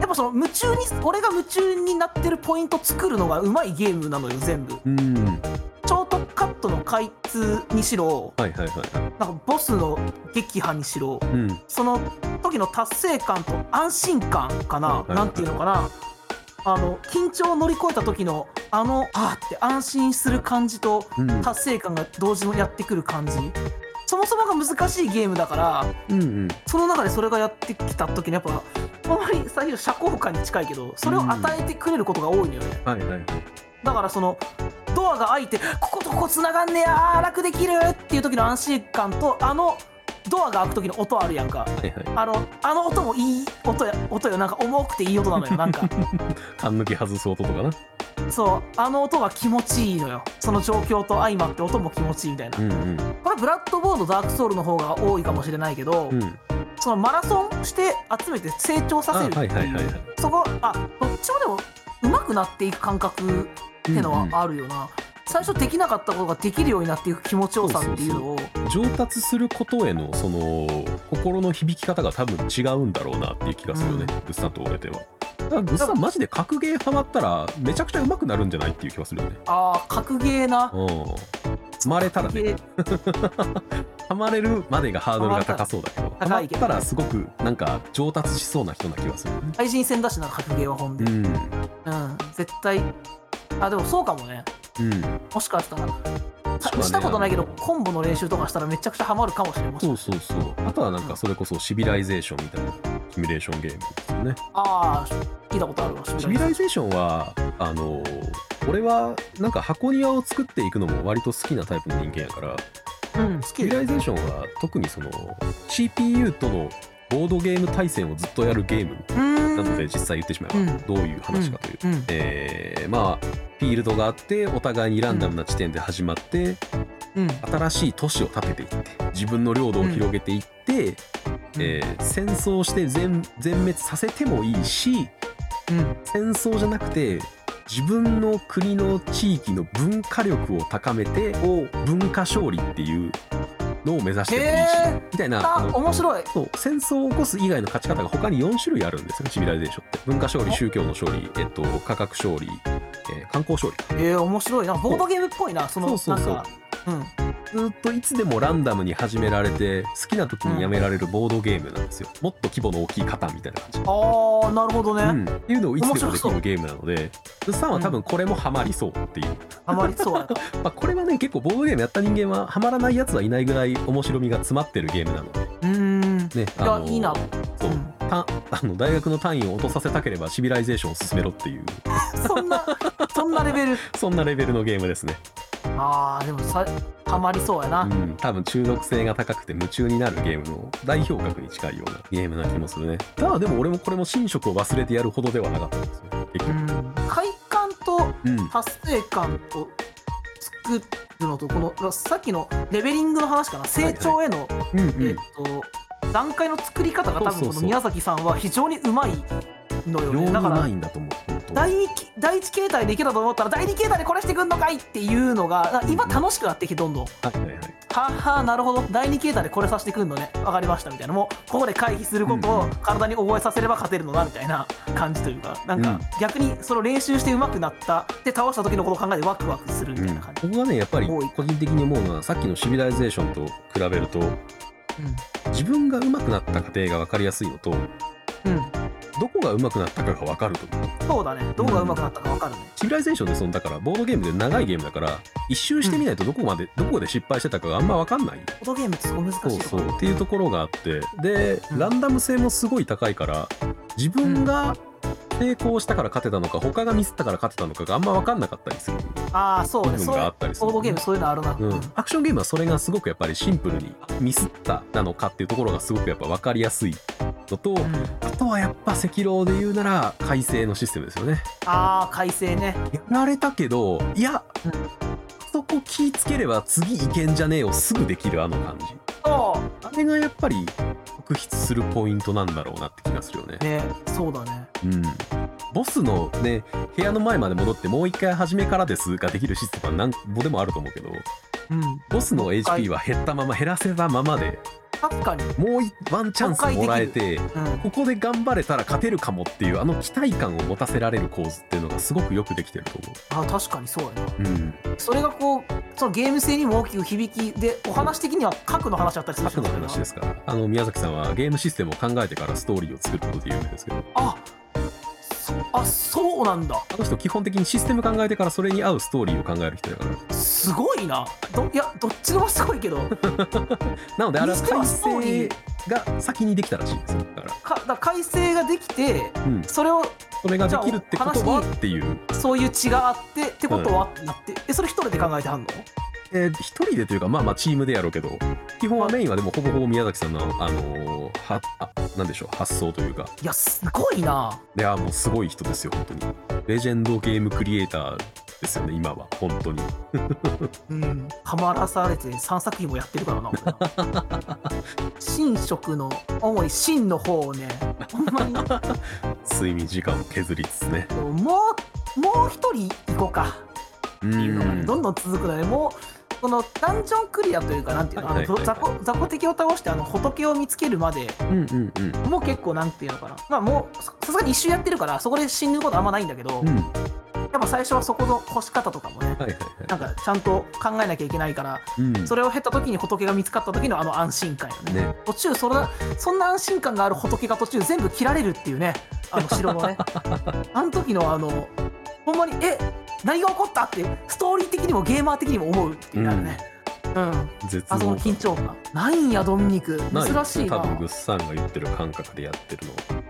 Speaker 1: やっぱその夢中に俺が夢中になってるポイント作るのがうまいゲームなのよ全部
Speaker 2: うんはい
Speaker 1: ショートカットの開通にしろ
Speaker 2: はいはいは
Speaker 1: なんかボスの撃破にしろ
Speaker 2: いうん
Speaker 1: その時の達成感と安心感かな、
Speaker 2: い
Speaker 1: なんていうのかな、あの緊張を乗り越えた時のあの、あーって安心する感じと、
Speaker 2: うん
Speaker 1: 達成感が同時にやってくる感じ、そもそもが難しいゲームだから、
Speaker 2: うんうん
Speaker 1: その中でそれがやってきた時に、やっぱ、あんまり最初、社交感に近いけど、それを与えてくれることが多いのよね。
Speaker 2: はいはいはい
Speaker 1: だからそのドアが開いてこことここつながんねやー楽できるっていう時の安心感とあのドアが開く時の音あるやんか
Speaker 2: はいはい
Speaker 1: あのあの音もいい音や音よなんか重くていい音なのよ
Speaker 2: <laughs>
Speaker 1: なんか
Speaker 2: 勘抜き外す音とかな
Speaker 1: そうあの音が気持ちいいのよその状況と相まって音も気持ちいいみたいな、
Speaker 2: う
Speaker 1: こ
Speaker 2: んうん
Speaker 1: れはブラッドボードダークソウルの方が多いかもしれないけど、
Speaker 2: うん
Speaker 1: そのマラソンして集めて成長させるっていう、
Speaker 2: あはいはいはいはい
Speaker 1: そこあどっちもでも上手くなっていく感覚っての
Speaker 2: う
Speaker 1: は
Speaker 2: んうん
Speaker 1: あるよな、最初できなかったことができるようになっていく気持ちよさっていうのを
Speaker 2: 上達することへのその心の響き方が多分違うんだろうなっていう気がするよね、
Speaker 1: うん
Speaker 2: グッサンと俺では。だからグッサンマジで格ゲーハマったらめちゃくちゃ上手くなるんじゃないっていう気がするよね。
Speaker 1: ああ格ゲーな
Speaker 2: うん。積まれたらね、
Speaker 1: ゲー
Speaker 2: ハマれるまでがハードルが高そうだけど、ハマ
Speaker 1: 高
Speaker 2: っ
Speaker 1: いけど
Speaker 2: たらすごくなんか上達しそうな人な気がするよね。
Speaker 1: 対人戦だしな格ゲーは本
Speaker 2: う
Speaker 1: で
Speaker 2: ん。
Speaker 1: うん、絶対あでもそうかもね
Speaker 2: うん。
Speaker 1: もしかしたら
Speaker 2: しかね
Speaker 1: したことないけど
Speaker 2: あの
Speaker 1: コンボの練習とかしたらめちゃくちゃハマるかもしれません
Speaker 2: そうそうそう。あとはなんかそれこそシビライゼーションみたいなシミュレーションゲームですよね。
Speaker 1: ああ聞いたことあるわシ
Speaker 2: シビライゼーションはあの俺はなんか箱庭を作っていくのも割と好きなタイプの人間やから
Speaker 1: うん好
Speaker 2: シ
Speaker 1: き
Speaker 2: ビ
Speaker 1: だ
Speaker 2: ラ
Speaker 1: よ
Speaker 2: イゼーションは特にその CPU とのボードゲーム対戦をずっとやるゲーム
Speaker 1: うーん
Speaker 2: なので実際言ってしまえば
Speaker 1: うん
Speaker 2: どういう話かという、
Speaker 1: うん
Speaker 2: えーまあフィールドがあってお互いにランダムな地点で始まって
Speaker 1: うん
Speaker 2: 新しい都市を建てていって自分の領土を広げていって、えー戦争して全全滅させてもいいし
Speaker 1: うん
Speaker 2: 戦争じゃなくて自分の国の地域の文化力を高めてを文化勝利っていうのを目指してもいいし
Speaker 1: へー
Speaker 2: みたいなあ
Speaker 1: あ
Speaker 2: の
Speaker 1: 面白い
Speaker 2: そう戦争を起こす以外の勝ち方が他に4種類あるんですよシビライゼーションって文化勝利宗教の勝利、えっと、価格勝利、えー観光勝利
Speaker 1: えー、面白いなボードゲームっぽいなその
Speaker 2: そうそうそう
Speaker 1: なんかうん
Speaker 2: ずっといつでもランダムに始められて好きな時にやめられるボードゲームなんですよもっと規模の大きい方みたいな感じ
Speaker 1: あーなるほどね、
Speaker 2: うん、っていうのをいつでも
Speaker 1: 面白
Speaker 2: で
Speaker 1: そ
Speaker 2: き
Speaker 1: う
Speaker 2: るゲームなので、物産は多分これもハマりそうっていう、
Speaker 1: あまりそうやな
Speaker 2: まあ、これはね結構ボードゲームやった人間はハマらないやつはいないぐらい面白みが詰まってるゲームなので
Speaker 1: うーん
Speaker 2: ね
Speaker 1: いやいいな
Speaker 2: そう、
Speaker 1: うん
Speaker 2: た <laughs> あの大学の単位を落とさせたければシビライゼーションを進めろっていう <laughs>
Speaker 1: そんなそんなレベル
Speaker 2: そんなレベルのゲームですね、
Speaker 1: あーでもさハマりそうやな、
Speaker 2: うん、多分中毒性が高くて夢中になるゲームの代表格に近いようなゲームな気もするねただでも俺もこれも寝食を忘れてやるほどではなかったんですよ結
Speaker 1: う
Speaker 2: 局
Speaker 1: ん、快感と
Speaker 2: うん
Speaker 1: 達成感と作るのとこのさっきのレベリングの話かな成長への、
Speaker 2: うん
Speaker 1: えっと段階の作り方が多
Speaker 2: そうそう
Speaker 1: 分こ
Speaker 2: そ
Speaker 1: の
Speaker 2: う
Speaker 1: 宮崎さんは非常にうまいのよ
Speaker 2: うん、
Speaker 1: ね
Speaker 2: よう
Speaker 1: だか
Speaker 2: な
Speaker 1: ら
Speaker 2: いんだと思う本当
Speaker 1: 第二き第一形態でいけたと思ったら第二形態でこれしてくんのかいっていうのが今楽しくなってきてどんどん
Speaker 2: はいはいはい
Speaker 1: はっはなるほど第2形態でこれさせてくるのね分かりましたみたいなもうここで回避すること
Speaker 2: う
Speaker 1: を
Speaker 2: ん
Speaker 1: 体に覚えさせれば勝てるのだみたいな感じというかなん
Speaker 2: うん
Speaker 1: か逆にその練習して上手くなったで倒した時のことを考えてワクワクするみたいな感じ、
Speaker 2: ここがねやっぱり
Speaker 1: 多い
Speaker 2: 個人的に思うのはさっきのシビライゼーションと比べると自分が上手くなった過程が分かりやすいのと
Speaker 1: うん、
Speaker 2: どこが上手くなったかが分かると思う
Speaker 1: そうだねどこが上手くなったか分かるね、
Speaker 2: シビライゼーションってそのだからボードゲームで長いゲームだから一周してみないとどこまで、どこで失敗してたかがあんま分かんない
Speaker 1: フォトゲームってそこ難しい
Speaker 2: そ
Speaker 1: と
Speaker 2: う
Speaker 1: こ
Speaker 2: そうっていうところがあってで、
Speaker 1: うん
Speaker 2: ランダム性もすごい高いから自分が成功したから勝てたのか他がミスったから勝てたのかがあんま分かんなかったりする
Speaker 1: ああそう
Speaker 2: 部
Speaker 1: ね
Speaker 2: 分
Speaker 1: そう
Speaker 2: があったりす
Speaker 1: ボ
Speaker 2: る
Speaker 1: ードゲームそういうのあるな、
Speaker 2: うん、アクションゲームはそれがすごくやっぱりシンプルにミスったなのかっていうところがすごくやっぱ分かりやすいのと、
Speaker 1: うん
Speaker 2: あとはやっぱ赤狼で言うなら改正のシステムですよね
Speaker 1: ああ改正ね
Speaker 2: やられたけどいや、
Speaker 1: うん
Speaker 2: そこ気ぃつければ次いけんじゃねえをすぐできるあの感じ
Speaker 1: そ
Speaker 2: あれがやっぱり特筆するポイントなんだろうなって気がするよね
Speaker 1: う。ねそうだね
Speaker 2: うん。ボスのね、部屋の前まで戻ってもう一回初めからですができるシステムは何ぼでもあると思うけど、
Speaker 1: うん
Speaker 2: ボスの HP は減ったまま減らせたままで
Speaker 1: 確かに、う
Speaker 2: もう一ワンチャンスもらえて、
Speaker 1: ん、
Speaker 2: ここで頑張れたら勝てるかもっていうあの期待感を持たせられる構図っていうのがすごくよくできてると思
Speaker 1: あ確かにそうやな
Speaker 2: う。うん。
Speaker 1: それがこうそのゲーム性にも大きく響きでお話的には核の話だったりする
Speaker 2: 核の話ですすから、あの宮崎さんはゲームシステムを考えてからストーリーを作ることで有名ですけど、
Speaker 1: あそあそうなんだ
Speaker 2: あの人基本的にシステム考えてからそれに合うストーリーを考える人だから。
Speaker 1: すごいなどいやどっちでもすごいけど <laughs>
Speaker 2: <laughs> なのであれは
Speaker 1: にしては
Speaker 2: 改
Speaker 1: ストーリ
Speaker 2: 正
Speaker 1: ー
Speaker 2: が先にできたらしいですよだから、
Speaker 1: かだから改正ができて
Speaker 2: うん、
Speaker 1: それを
Speaker 2: それができるってこと
Speaker 1: じゃあ
Speaker 2: はっていう、
Speaker 1: そういう血があってってことはってなって、えそれ一人で考えてはんの
Speaker 2: えー一人でというかまあまあチームでやろうけど基本はメインはでもほぼほぼ宮崎さんのあのーはあなんでしょう発想というか
Speaker 1: いやすごいない
Speaker 2: やもうすごい人ですよ本当にレジェンドゲームクリエイターですよね今は本当に
Speaker 1: うんハマらされて3作品もやってるからな俺
Speaker 2: <laughs>
Speaker 1: な神職の主に真の方をねほん
Speaker 2: <laughs>
Speaker 1: まに
Speaker 2: 睡眠時間を削りつつね
Speaker 1: もうもう一人行こうか
Speaker 2: う
Speaker 1: っていうのがね
Speaker 2: ん
Speaker 1: どんどん続くのでもうこのダンジョンクリアというかなんていうのあ
Speaker 2: はい
Speaker 1: の
Speaker 2: はいはい
Speaker 1: 雑魚雑魚敵を倒してあの仏を見つけるまで
Speaker 2: うんうんうん
Speaker 1: もう結構なんていうのかなまあもうささすがに一周やってるからそこで死ぬことあんまないんだけど、
Speaker 2: うん
Speaker 1: やっぱ
Speaker 2: はい
Speaker 1: 最初はそこの越し方とかもね
Speaker 2: はいはい
Speaker 1: なんかちゃんと考えなきゃいけないから
Speaker 2: うん
Speaker 1: それを経った時に仏が見つかった時のあの安心感よね
Speaker 2: ね
Speaker 1: 途中それそんな安心感がある仏が途中全部切られるっていうねあの城
Speaker 2: <laughs>
Speaker 1: のねあの時のあのほんまにえ何が起こったってストーリー的にもゲーマー的にも思うっていうのがね、うん
Speaker 2: 絶
Speaker 1: あその
Speaker 2: 望
Speaker 1: 緊張感ないんやドミニク
Speaker 2: ない
Speaker 1: 珍しいな
Speaker 2: 多分
Speaker 1: な
Speaker 2: グッさんが言ってる感覚でやってるの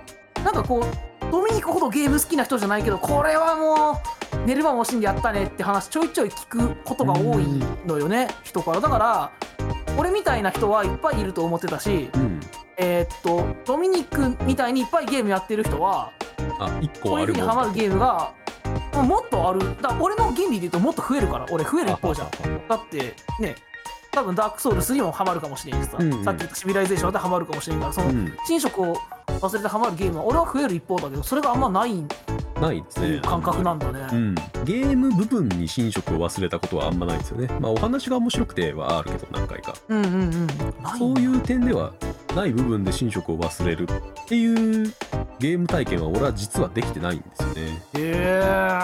Speaker 1: んかこうドミニクほどゲーム好きな人じゃないけどこれはもう寝る間も惜しんでやったねって話ちょいちょい聞くことが多いのよね、人からだから俺みたいな人はいっぱいいると思ってたし、
Speaker 2: うん
Speaker 1: えーっとドミニクみたいにいっぱいゲームやってる人は
Speaker 2: あ一個
Speaker 1: こういうふ
Speaker 2: あ
Speaker 1: う
Speaker 2: る
Speaker 1: に
Speaker 2: もん
Speaker 1: ハマるゲームがもうもっとあるだから俺の原理で言うともっと増えるから俺増える一方じゃんだってね多分ダークソウル3にもハマるかもしれんしさ、
Speaker 2: うんうん
Speaker 1: さっき言ったシビライゼーションでハマるかもしれんからその
Speaker 2: うん、
Speaker 1: 寝食を忘れてハマるゲームは俺は増える一方だけどそれがあんまないっ
Speaker 2: ないです
Speaker 1: てい
Speaker 2: ね
Speaker 1: う感覚なんんだね
Speaker 2: うん、ゲーム部分に寝食を忘れたことはあんまないですよねまあお話が面白くてはあるけど何回か
Speaker 1: うんうんうんない
Speaker 2: そういう点ではない部分で寝食を忘れるっていうゲーム体験は俺は実はできてないんですよね
Speaker 1: へえ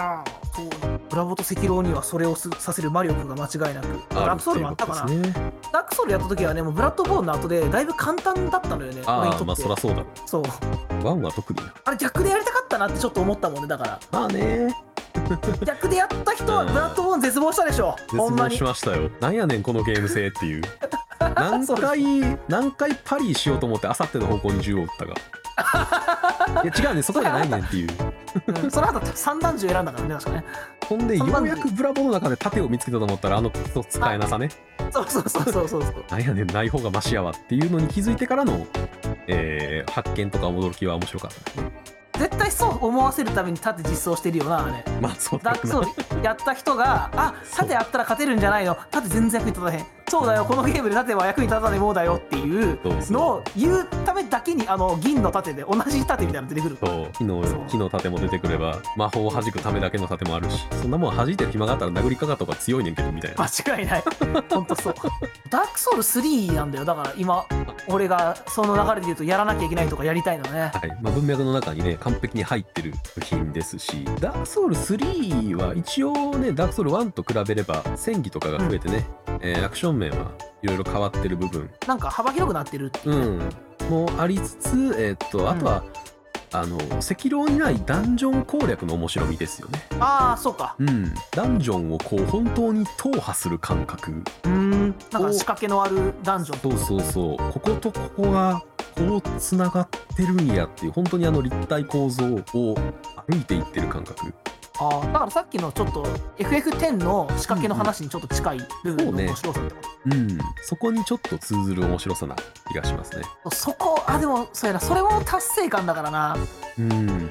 Speaker 1: そうブラボと赤狼にはそれをすさせる魔力が間違いなくダークソウルもあったかな
Speaker 2: あるっていうことですね
Speaker 1: ダークソウルやった時はねもうブラッドボーンの後でだいぶ簡単だったのよね俺に
Speaker 2: あ
Speaker 1: と
Speaker 2: あ
Speaker 1: って
Speaker 2: まあそらそうだろ
Speaker 1: そう
Speaker 2: うワンは特にな
Speaker 1: あれ逆でやりたかったなってちょっと思ったもんねだから
Speaker 2: まあね
Speaker 1: 逆でやった人はブラッドボーン絶望したでしょ
Speaker 2: 絶
Speaker 1: ほんま
Speaker 2: 望
Speaker 1: に
Speaker 2: しましたよなんやねんこのゲーム性っていう何回何回パリしようと思ってあさっての方向に銃を撃ったが
Speaker 1: <laughs>
Speaker 2: いや違うねそこじゃないねんっていう
Speaker 1: うんその後三段銃選んだからね確かね
Speaker 2: ほんで
Speaker 1: そ
Speaker 2: よ
Speaker 1: んなん
Speaker 2: う
Speaker 1: で
Speaker 2: やくブラボーの中で盾を見つけたと思ったらあのクソ使えなさね
Speaker 1: そうそうそうそうそうそう
Speaker 2: なんやねんない方がマシやわっていうのに気づいてからの、えー発見とか驚きは面白かったですね
Speaker 1: 絶対そう思わせるために盾実装してるよなあれ
Speaker 2: まあそう
Speaker 1: ダ
Speaker 2: だな
Speaker 1: ークソウルやった人があ盾やったら勝てるんじゃないの盾全然役に立たへんそうだよこのゲームで盾は役に立たねえもうだよっていう
Speaker 2: そうそう
Speaker 1: のを言うためだけにあの銀の盾で同じ盾みたいなの出てくる
Speaker 2: そう木
Speaker 1: そう
Speaker 2: の木の盾も出てくれば魔法を弾くためだけの盾もあるしそんなもん弾いてる暇があったら殴りかかった方が強いねんけどみたいな
Speaker 1: 間違い
Speaker 2: <laughs>
Speaker 1: ないほんとそうダークソウル3なんだよだから今俺がその流れで言うとやらなきゃいけないとかやりたいのね
Speaker 2: はいまあ、文脈の中にね完璧に入ってる部品ですしダークソウル3は一応ねダークソウル1と比べれば戦技とかが増えてね、えーアクション面はいろいろ変わってる部分、
Speaker 1: なんか幅広くなってるっていうう、
Speaker 2: ん、もありつつ、えーっとあとは、あの赤狼にないダンジョン攻略の面白みですよね、
Speaker 1: ああそうか
Speaker 2: うん、ダンジョンをこう本当に踏破する感覚
Speaker 1: うーんなんか仕掛けのあるダンジョン
Speaker 2: そうそうそうこことここがこうつながってるんやっていう本当にあの立体構造を歩いていってる感覚
Speaker 1: あーだからさっきのちょっと FF10 の仕掛けの話にちょっと近い部分の面白さってこと、
Speaker 2: うん、そこにちょっと通ずる面白さな気がしますね。
Speaker 1: そこあでもそうやなそれも達成感だからな
Speaker 2: うん、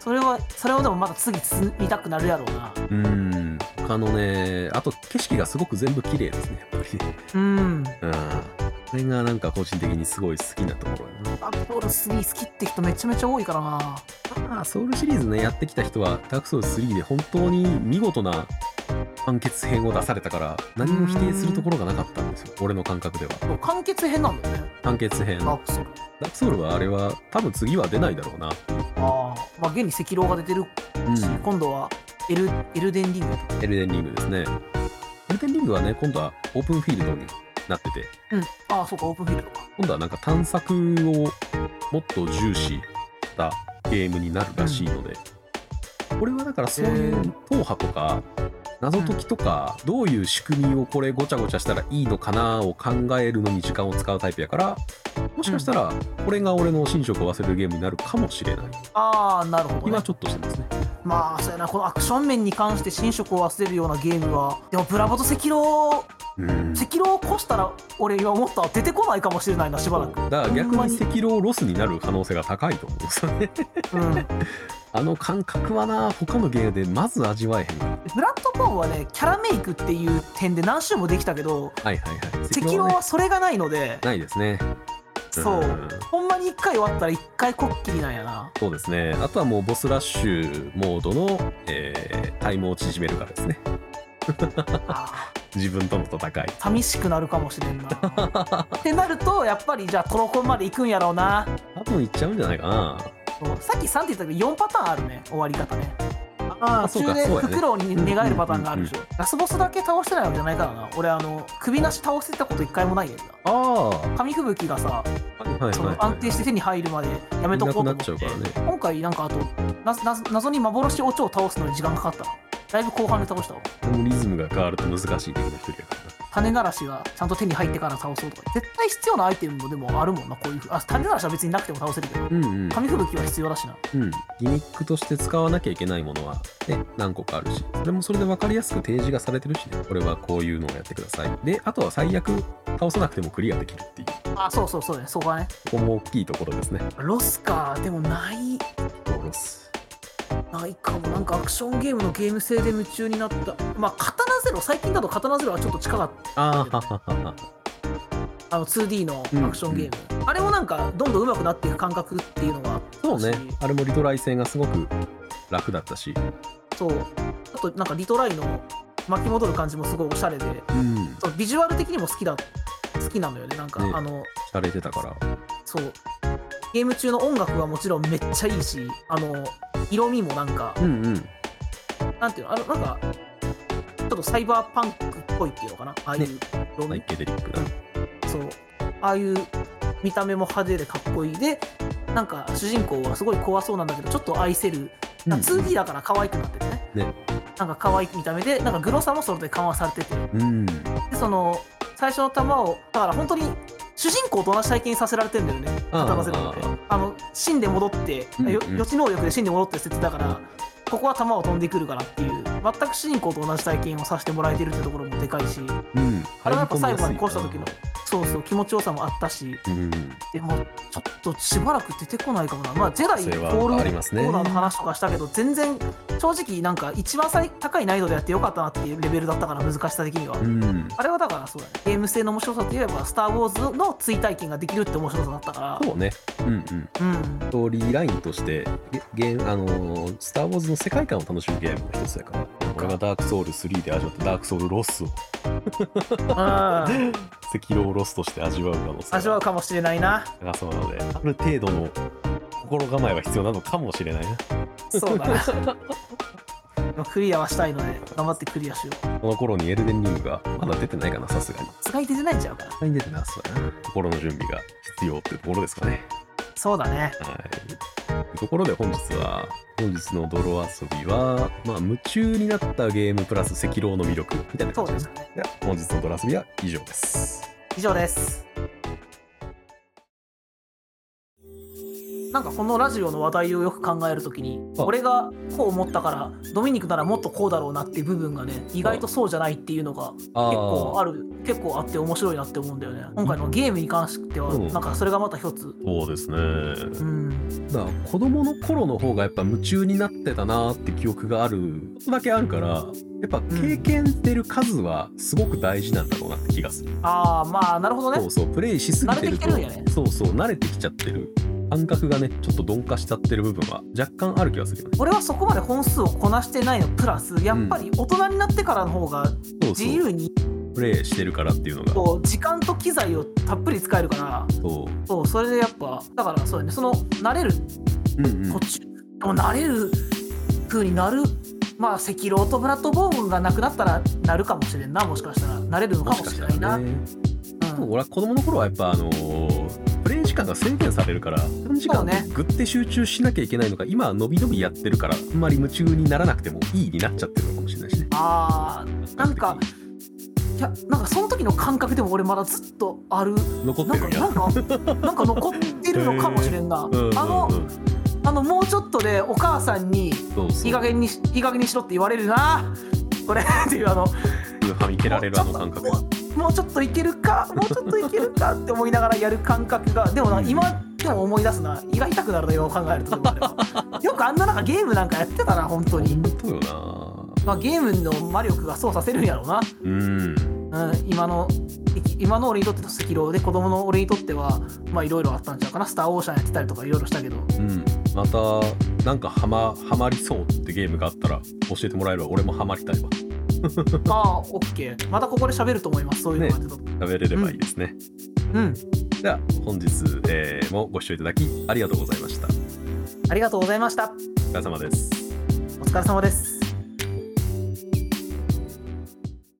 Speaker 1: それはそれをでもまだ次つ見たくなるやろうな
Speaker 2: うん、他のね、あと景色がすごく全部綺麗ですね、やっぱりね。
Speaker 1: うん
Speaker 2: うん、これがなんか個人的にすごい好きなところや
Speaker 1: ダークソウル3好きって人めちゃめちゃ多いからな
Speaker 2: な。まあ、ソウルシリーズね、やってきた人は、ダークソウル3で本当に見事な完結編を出されたから、何も否定するところがなかったんですよ、俺の感覚では。
Speaker 1: でも完結編なんだよね
Speaker 2: 完結編。
Speaker 1: ダ
Speaker 2: ダ
Speaker 1: ークソウル
Speaker 2: ークソウルはあれは、多分次は出ないだろうな。
Speaker 1: あーまあ現に赤狼が出てるし、
Speaker 2: うん
Speaker 1: 今度はエルエルデンリング
Speaker 2: エルデンリングですね。エルデンリングはね、今度はオープンフィールドになってて、
Speaker 1: うんああそうかオープンフィールドか
Speaker 2: 今度はなんか探索をもっと重視したゲームになるらしいので、これはだからそうい
Speaker 1: へ
Speaker 2: う
Speaker 1: ー
Speaker 2: 党派とか、謎解きとか、どういう仕組みをこれごちゃごちゃしたらいいのかなを考えるのに時間を使うタイプやから、もしかしたら、これが俺の寝食を忘れるゲームになるかもしれない。
Speaker 1: ああなるほど、ね
Speaker 2: 今、ちょっとしてますね。
Speaker 1: まあそうやなこのアクション面に関して新色を忘れるようなゲームはでもブラボと赤狼
Speaker 2: うん
Speaker 1: 赤狼を越したら俺今思ったら出てこないかもしれないなしばらく
Speaker 2: だから逆に赤狼ロスになる可能性が高いと思うんですよね。
Speaker 1: うんブ
Speaker 2: あの感覚はな、他のゲームでまず味わえへんから。
Speaker 1: ラッドボーンはねキャラメイクっていう点で何周もできたけど
Speaker 2: はいはいはい。
Speaker 1: 赤
Speaker 2: はね
Speaker 1: 狼はそれがないので
Speaker 2: ないですね。。
Speaker 1: そうんほんまに1回終わったら1回こっきりなんや
Speaker 2: <laughs>
Speaker 1: な
Speaker 2: そうですね。あとはもうボスラッシュモードの、えータイムを縮めるかですね。
Speaker 1: あー
Speaker 2: 自分との戦い。
Speaker 1: 寂しくなるかもしれんなってなるとやっぱりじゃあトロコンまで行くんやろうな
Speaker 2: 多分いっちゃうんじゃないかな。
Speaker 1: そうさっき3って言ったけど4パターンあるね終わり方ねあ
Speaker 2: あ
Speaker 1: あ
Speaker 2: そう
Speaker 1: 途
Speaker 2: か
Speaker 1: 中で
Speaker 2: そうやね
Speaker 1: フクロウに寝返るパターンがあるでしょラスボスだけ倒してないわけじゃないからな俺あの首なし倒せたこと1回もないんだよ
Speaker 2: ああ。は
Speaker 1: な紙吹雪がさ
Speaker 2: いはいはい、はい。
Speaker 1: その安定して手に入るまでやめとこうと思って
Speaker 2: いなくなっちゃうから
Speaker 1: 今回なんかあとなな謎に幻オチョを倒すのに時間かかったなだいぶ後半で倒したわ
Speaker 2: でもリズムが変わると難しい的な一人やからな。
Speaker 1: 種ならしがちゃんと手に入ってから倒そうとか絶対必要なアイテムもでもあるもんなこういうふうあ種ならしは別になくても倒せるけど
Speaker 2: うんうん。
Speaker 1: 紙吹雪は必要だしな
Speaker 2: うん、ギミックとして使わなきゃいけないものは、ね、何個かあるしそれもそれで分かりやすく提示がされてるしねこれはこういうのをやってくださいであとは最悪倒さなくてもクリアできるっていう
Speaker 1: あそうそうそうねそこはね
Speaker 2: ここも大きいところですね
Speaker 1: ロスかでもない
Speaker 2: ロス
Speaker 1: ないかもなんかアクションゲームのゲーム性で夢中になったまあ刀ゼロ最近だと刀ゼロはちょっと近かった
Speaker 2: あーはははは
Speaker 1: あの 2D のアクションゲーム、あれもなんかどんどん上手くなっていく感覚っていうのがあったし
Speaker 2: <laughs> そうねあれもリトライ戦がすごく楽だったし
Speaker 1: そうあとなんかリトライの巻き戻る感じもすごいおしゃれで
Speaker 2: うん
Speaker 1: そうビジュアル的にも好きだ好きなのよねなんか、
Speaker 2: ね
Speaker 1: あの
Speaker 2: 洒落てたから
Speaker 1: そうゲーム中の音楽はもちろんめっちゃいいしあの色味もなんか
Speaker 2: うんうん
Speaker 1: なんていうのあのなんかちょっとサイバーパンクっぽいっていうのかなああいう
Speaker 2: ね
Speaker 1: 色味、
Speaker 2: サイケデリックな
Speaker 1: そうああいう見た目も派手でかっこいいでなんか主人公はすごい怖そうなんだけどちょっと愛せる、なんか 2D だから可愛くなっててね
Speaker 2: ね
Speaker 1: なんか可愛い見た目でなんかグロさもそれで緩和されてて
Speaker 2: うん
Speaker 1: でその最初の弾をだから本当に主人公と同じ体験させられてんだよね
Speaker 2: あー
Speaker 1: 刀ゼロってあの芯で戻って、
Speaker 2: うんうん
Speaker 1: よ予知能力で芯で戻って捨ててたからここは弾を飛んでくるからっていう全く主人公と同じ体験をさせてもらえてるってところもでかいし
Speaker 2: うん
Speaker 1: あれはやっぱ最後までこうした時のそうそう気持ちよさもあったし
Speaker 2: うん、
Speaker 1: でもちょっとしばらく出てこないかもなまあジェダイ
Speaker 2: それは
Speaker 1: ゴール
Speaker 2: ありますね
Speaker 1: コーナーの話とかしたけど全然正直なんか一番最高い難易度でやってよかったなっていうレベルだったから難しさ的には、
Speaker 2: うん、
Speaker 1: あれはだからそうだねゲーム性の面白さといえば「スター・ウォーズ」の追体験ができるって面白さだったか
Speaker 2: そうね、うんうん、
Speaker 1: らうん
Speaker 2: ストーリーラインとしてゲゲームあのースター・ウォーズ」の世界観を楽しむゲームの一つだからこれがダークソウル3で味わったダークソウルロスを
Speaker 1: うん
Speaker 2: 赤狼ロスとして味わう可能性が
Speaker 1: 味わうかもしれないな
Speaker 2: 高そうなのである程度の心構えは必要なのかもしれないな
Speaker 1: そうだなでもクリアはしたいので頑張ってクリアしよう
Speaker 2: この頃にエルデンリングがまだ出てないかなさすがに
Speaker 1: 使い出てないんちゃうかな
Speaker 2: 出てなそうだな心の準備が必要ってところですかね
Speaker 1: そうだね
Speaker 2: はいところで本日は本日の泥遊びはまあ夢中になったゲームプラス赤狼の魅力みたいな
Speaker 1: そ
Speaker 2: 感
Speaker 1: うで
Speaker 2: じですす
Speaker 1: ね
Speaker 2: では本日の泥遊びは以上です
Speaker 1: 以上ですなんかこのラジオの話題をよく考えるときに
Speaker 2: あ
Speaker 1: 俺がこう思ったからドミニクならもっとこうだろうなっていう部分がね意外とそうじゃないっていうのが結
Speaker 2: あー
Speaker 1: 構ある結構あって面白いなって思うんだよね今回のゲームに関しては
Speaker 2: うん
Speaker 1: なんかそれがまた一つ
Speaker 2: そうですね
Speaker 1: うん
Speaker 2: だから子供の頃の方がやっぱ夢中になってたなーって記憶があるちょっとだけあるからやっぱ経験してる数はすごく大事なんだろうなって気がする、
Speaker 1: ああまあなるほど
Speaker 2: そ
Speaker 1: ね
Speaker 2: うそうプレイしすぎてると
Speaker 1: 慣れてきてるんやね
Speaker 2: そうそう慣れてきちゃってる感覚がねちょっと鈍化しちゃってる部分は若干ある気がするよね
Speaker 1: 俺はそこまで本数をこなしてないのプラスやっぱり大人になってからの方が
Speaker 2: そう
Speaker 1: 自
Speaker 2: そう
Speaker 1: 由に
Speaker 2: プレイしてるからっていうのが
Speaker 1: こう時間と機材をたっぷり使えるから
Speaker 2: そ
Speaker 1: そうそれでやっぱだからそうだねその慣れる
Speaker 2: ううんうん
Speaker 1: 途中、でも慣れる風になるまあ赤狼とプラットフォームがなくなったらなるかもしれんなもしかしたら慣れるのかもしれないな、
Speaker 2: ね
Speaker 1: うん
Speaker 2: 俺は子供の頃はやっぱあのープレイ時間が制限されるから短時間で
Speaker 1: そうね
Speaker 2: グッて集中しなきゃいけないのが今は伸び伸びやってるからあんまり夢中にならなくてもいいになっちゃってるのかもしれないしね
Speaker 1: あーなんかいやなんかその時の感覚でも俺まだずっとある
Speaker 2: 残っ
Speaker 1: な
Speaker 2: て
Speaker 1: んか
Speaker 2: るん
Speaker 1: な
Speaker 2: や
Speaker 1: んかなんか残ってるのかもしれんな、
Speaker 2: うんうんうん
Speaker 1: あのあのもうちょっとでお母さんに
Speaker 2: そうそう
Speaker 1: いい加減にしいい加減にしろって言われるなこれっていうあの
Speaker 2: はみ出られるあの感覚
Speaker 1: もうもうちょっといけるかもうちょっといけるかって思いながらやる感覚がでもな
Speaker 2: うん
Speaker 1: 今でも思い出すな胃が痛くなるの今考えるとでもあれはよくあんななんかゲームなんかやってたな本当に、
Speaker 2: 本当よな
Speaker 1: まあ、ゲームの魔力がそうさせるんやろう
Speaker 2: うん
Speaker 1: な、うん、今の今の俺にとっての赤狼で子供の俺にとってはまあいろいろあったんちゃうかなスター・オーシャンやってたりとかいろいろした <laughs> けど
Speaker 2: うんまたなんかハマハマりそうってゲームがあったら教えてもらえれば俺もハマりたいわ
Speaker 1: まあ OK またここで喋ると思いますそういうのが出たと、
Speaker 2: 食べれればいいですね、
Speaker 1: うん
Speaker 2: では本日、えーもご視聴いただきありがとうございました
Speaker 1: ありがとうございました
Speaker 2: お疲れ様です
Speaker 1: お疲れ様です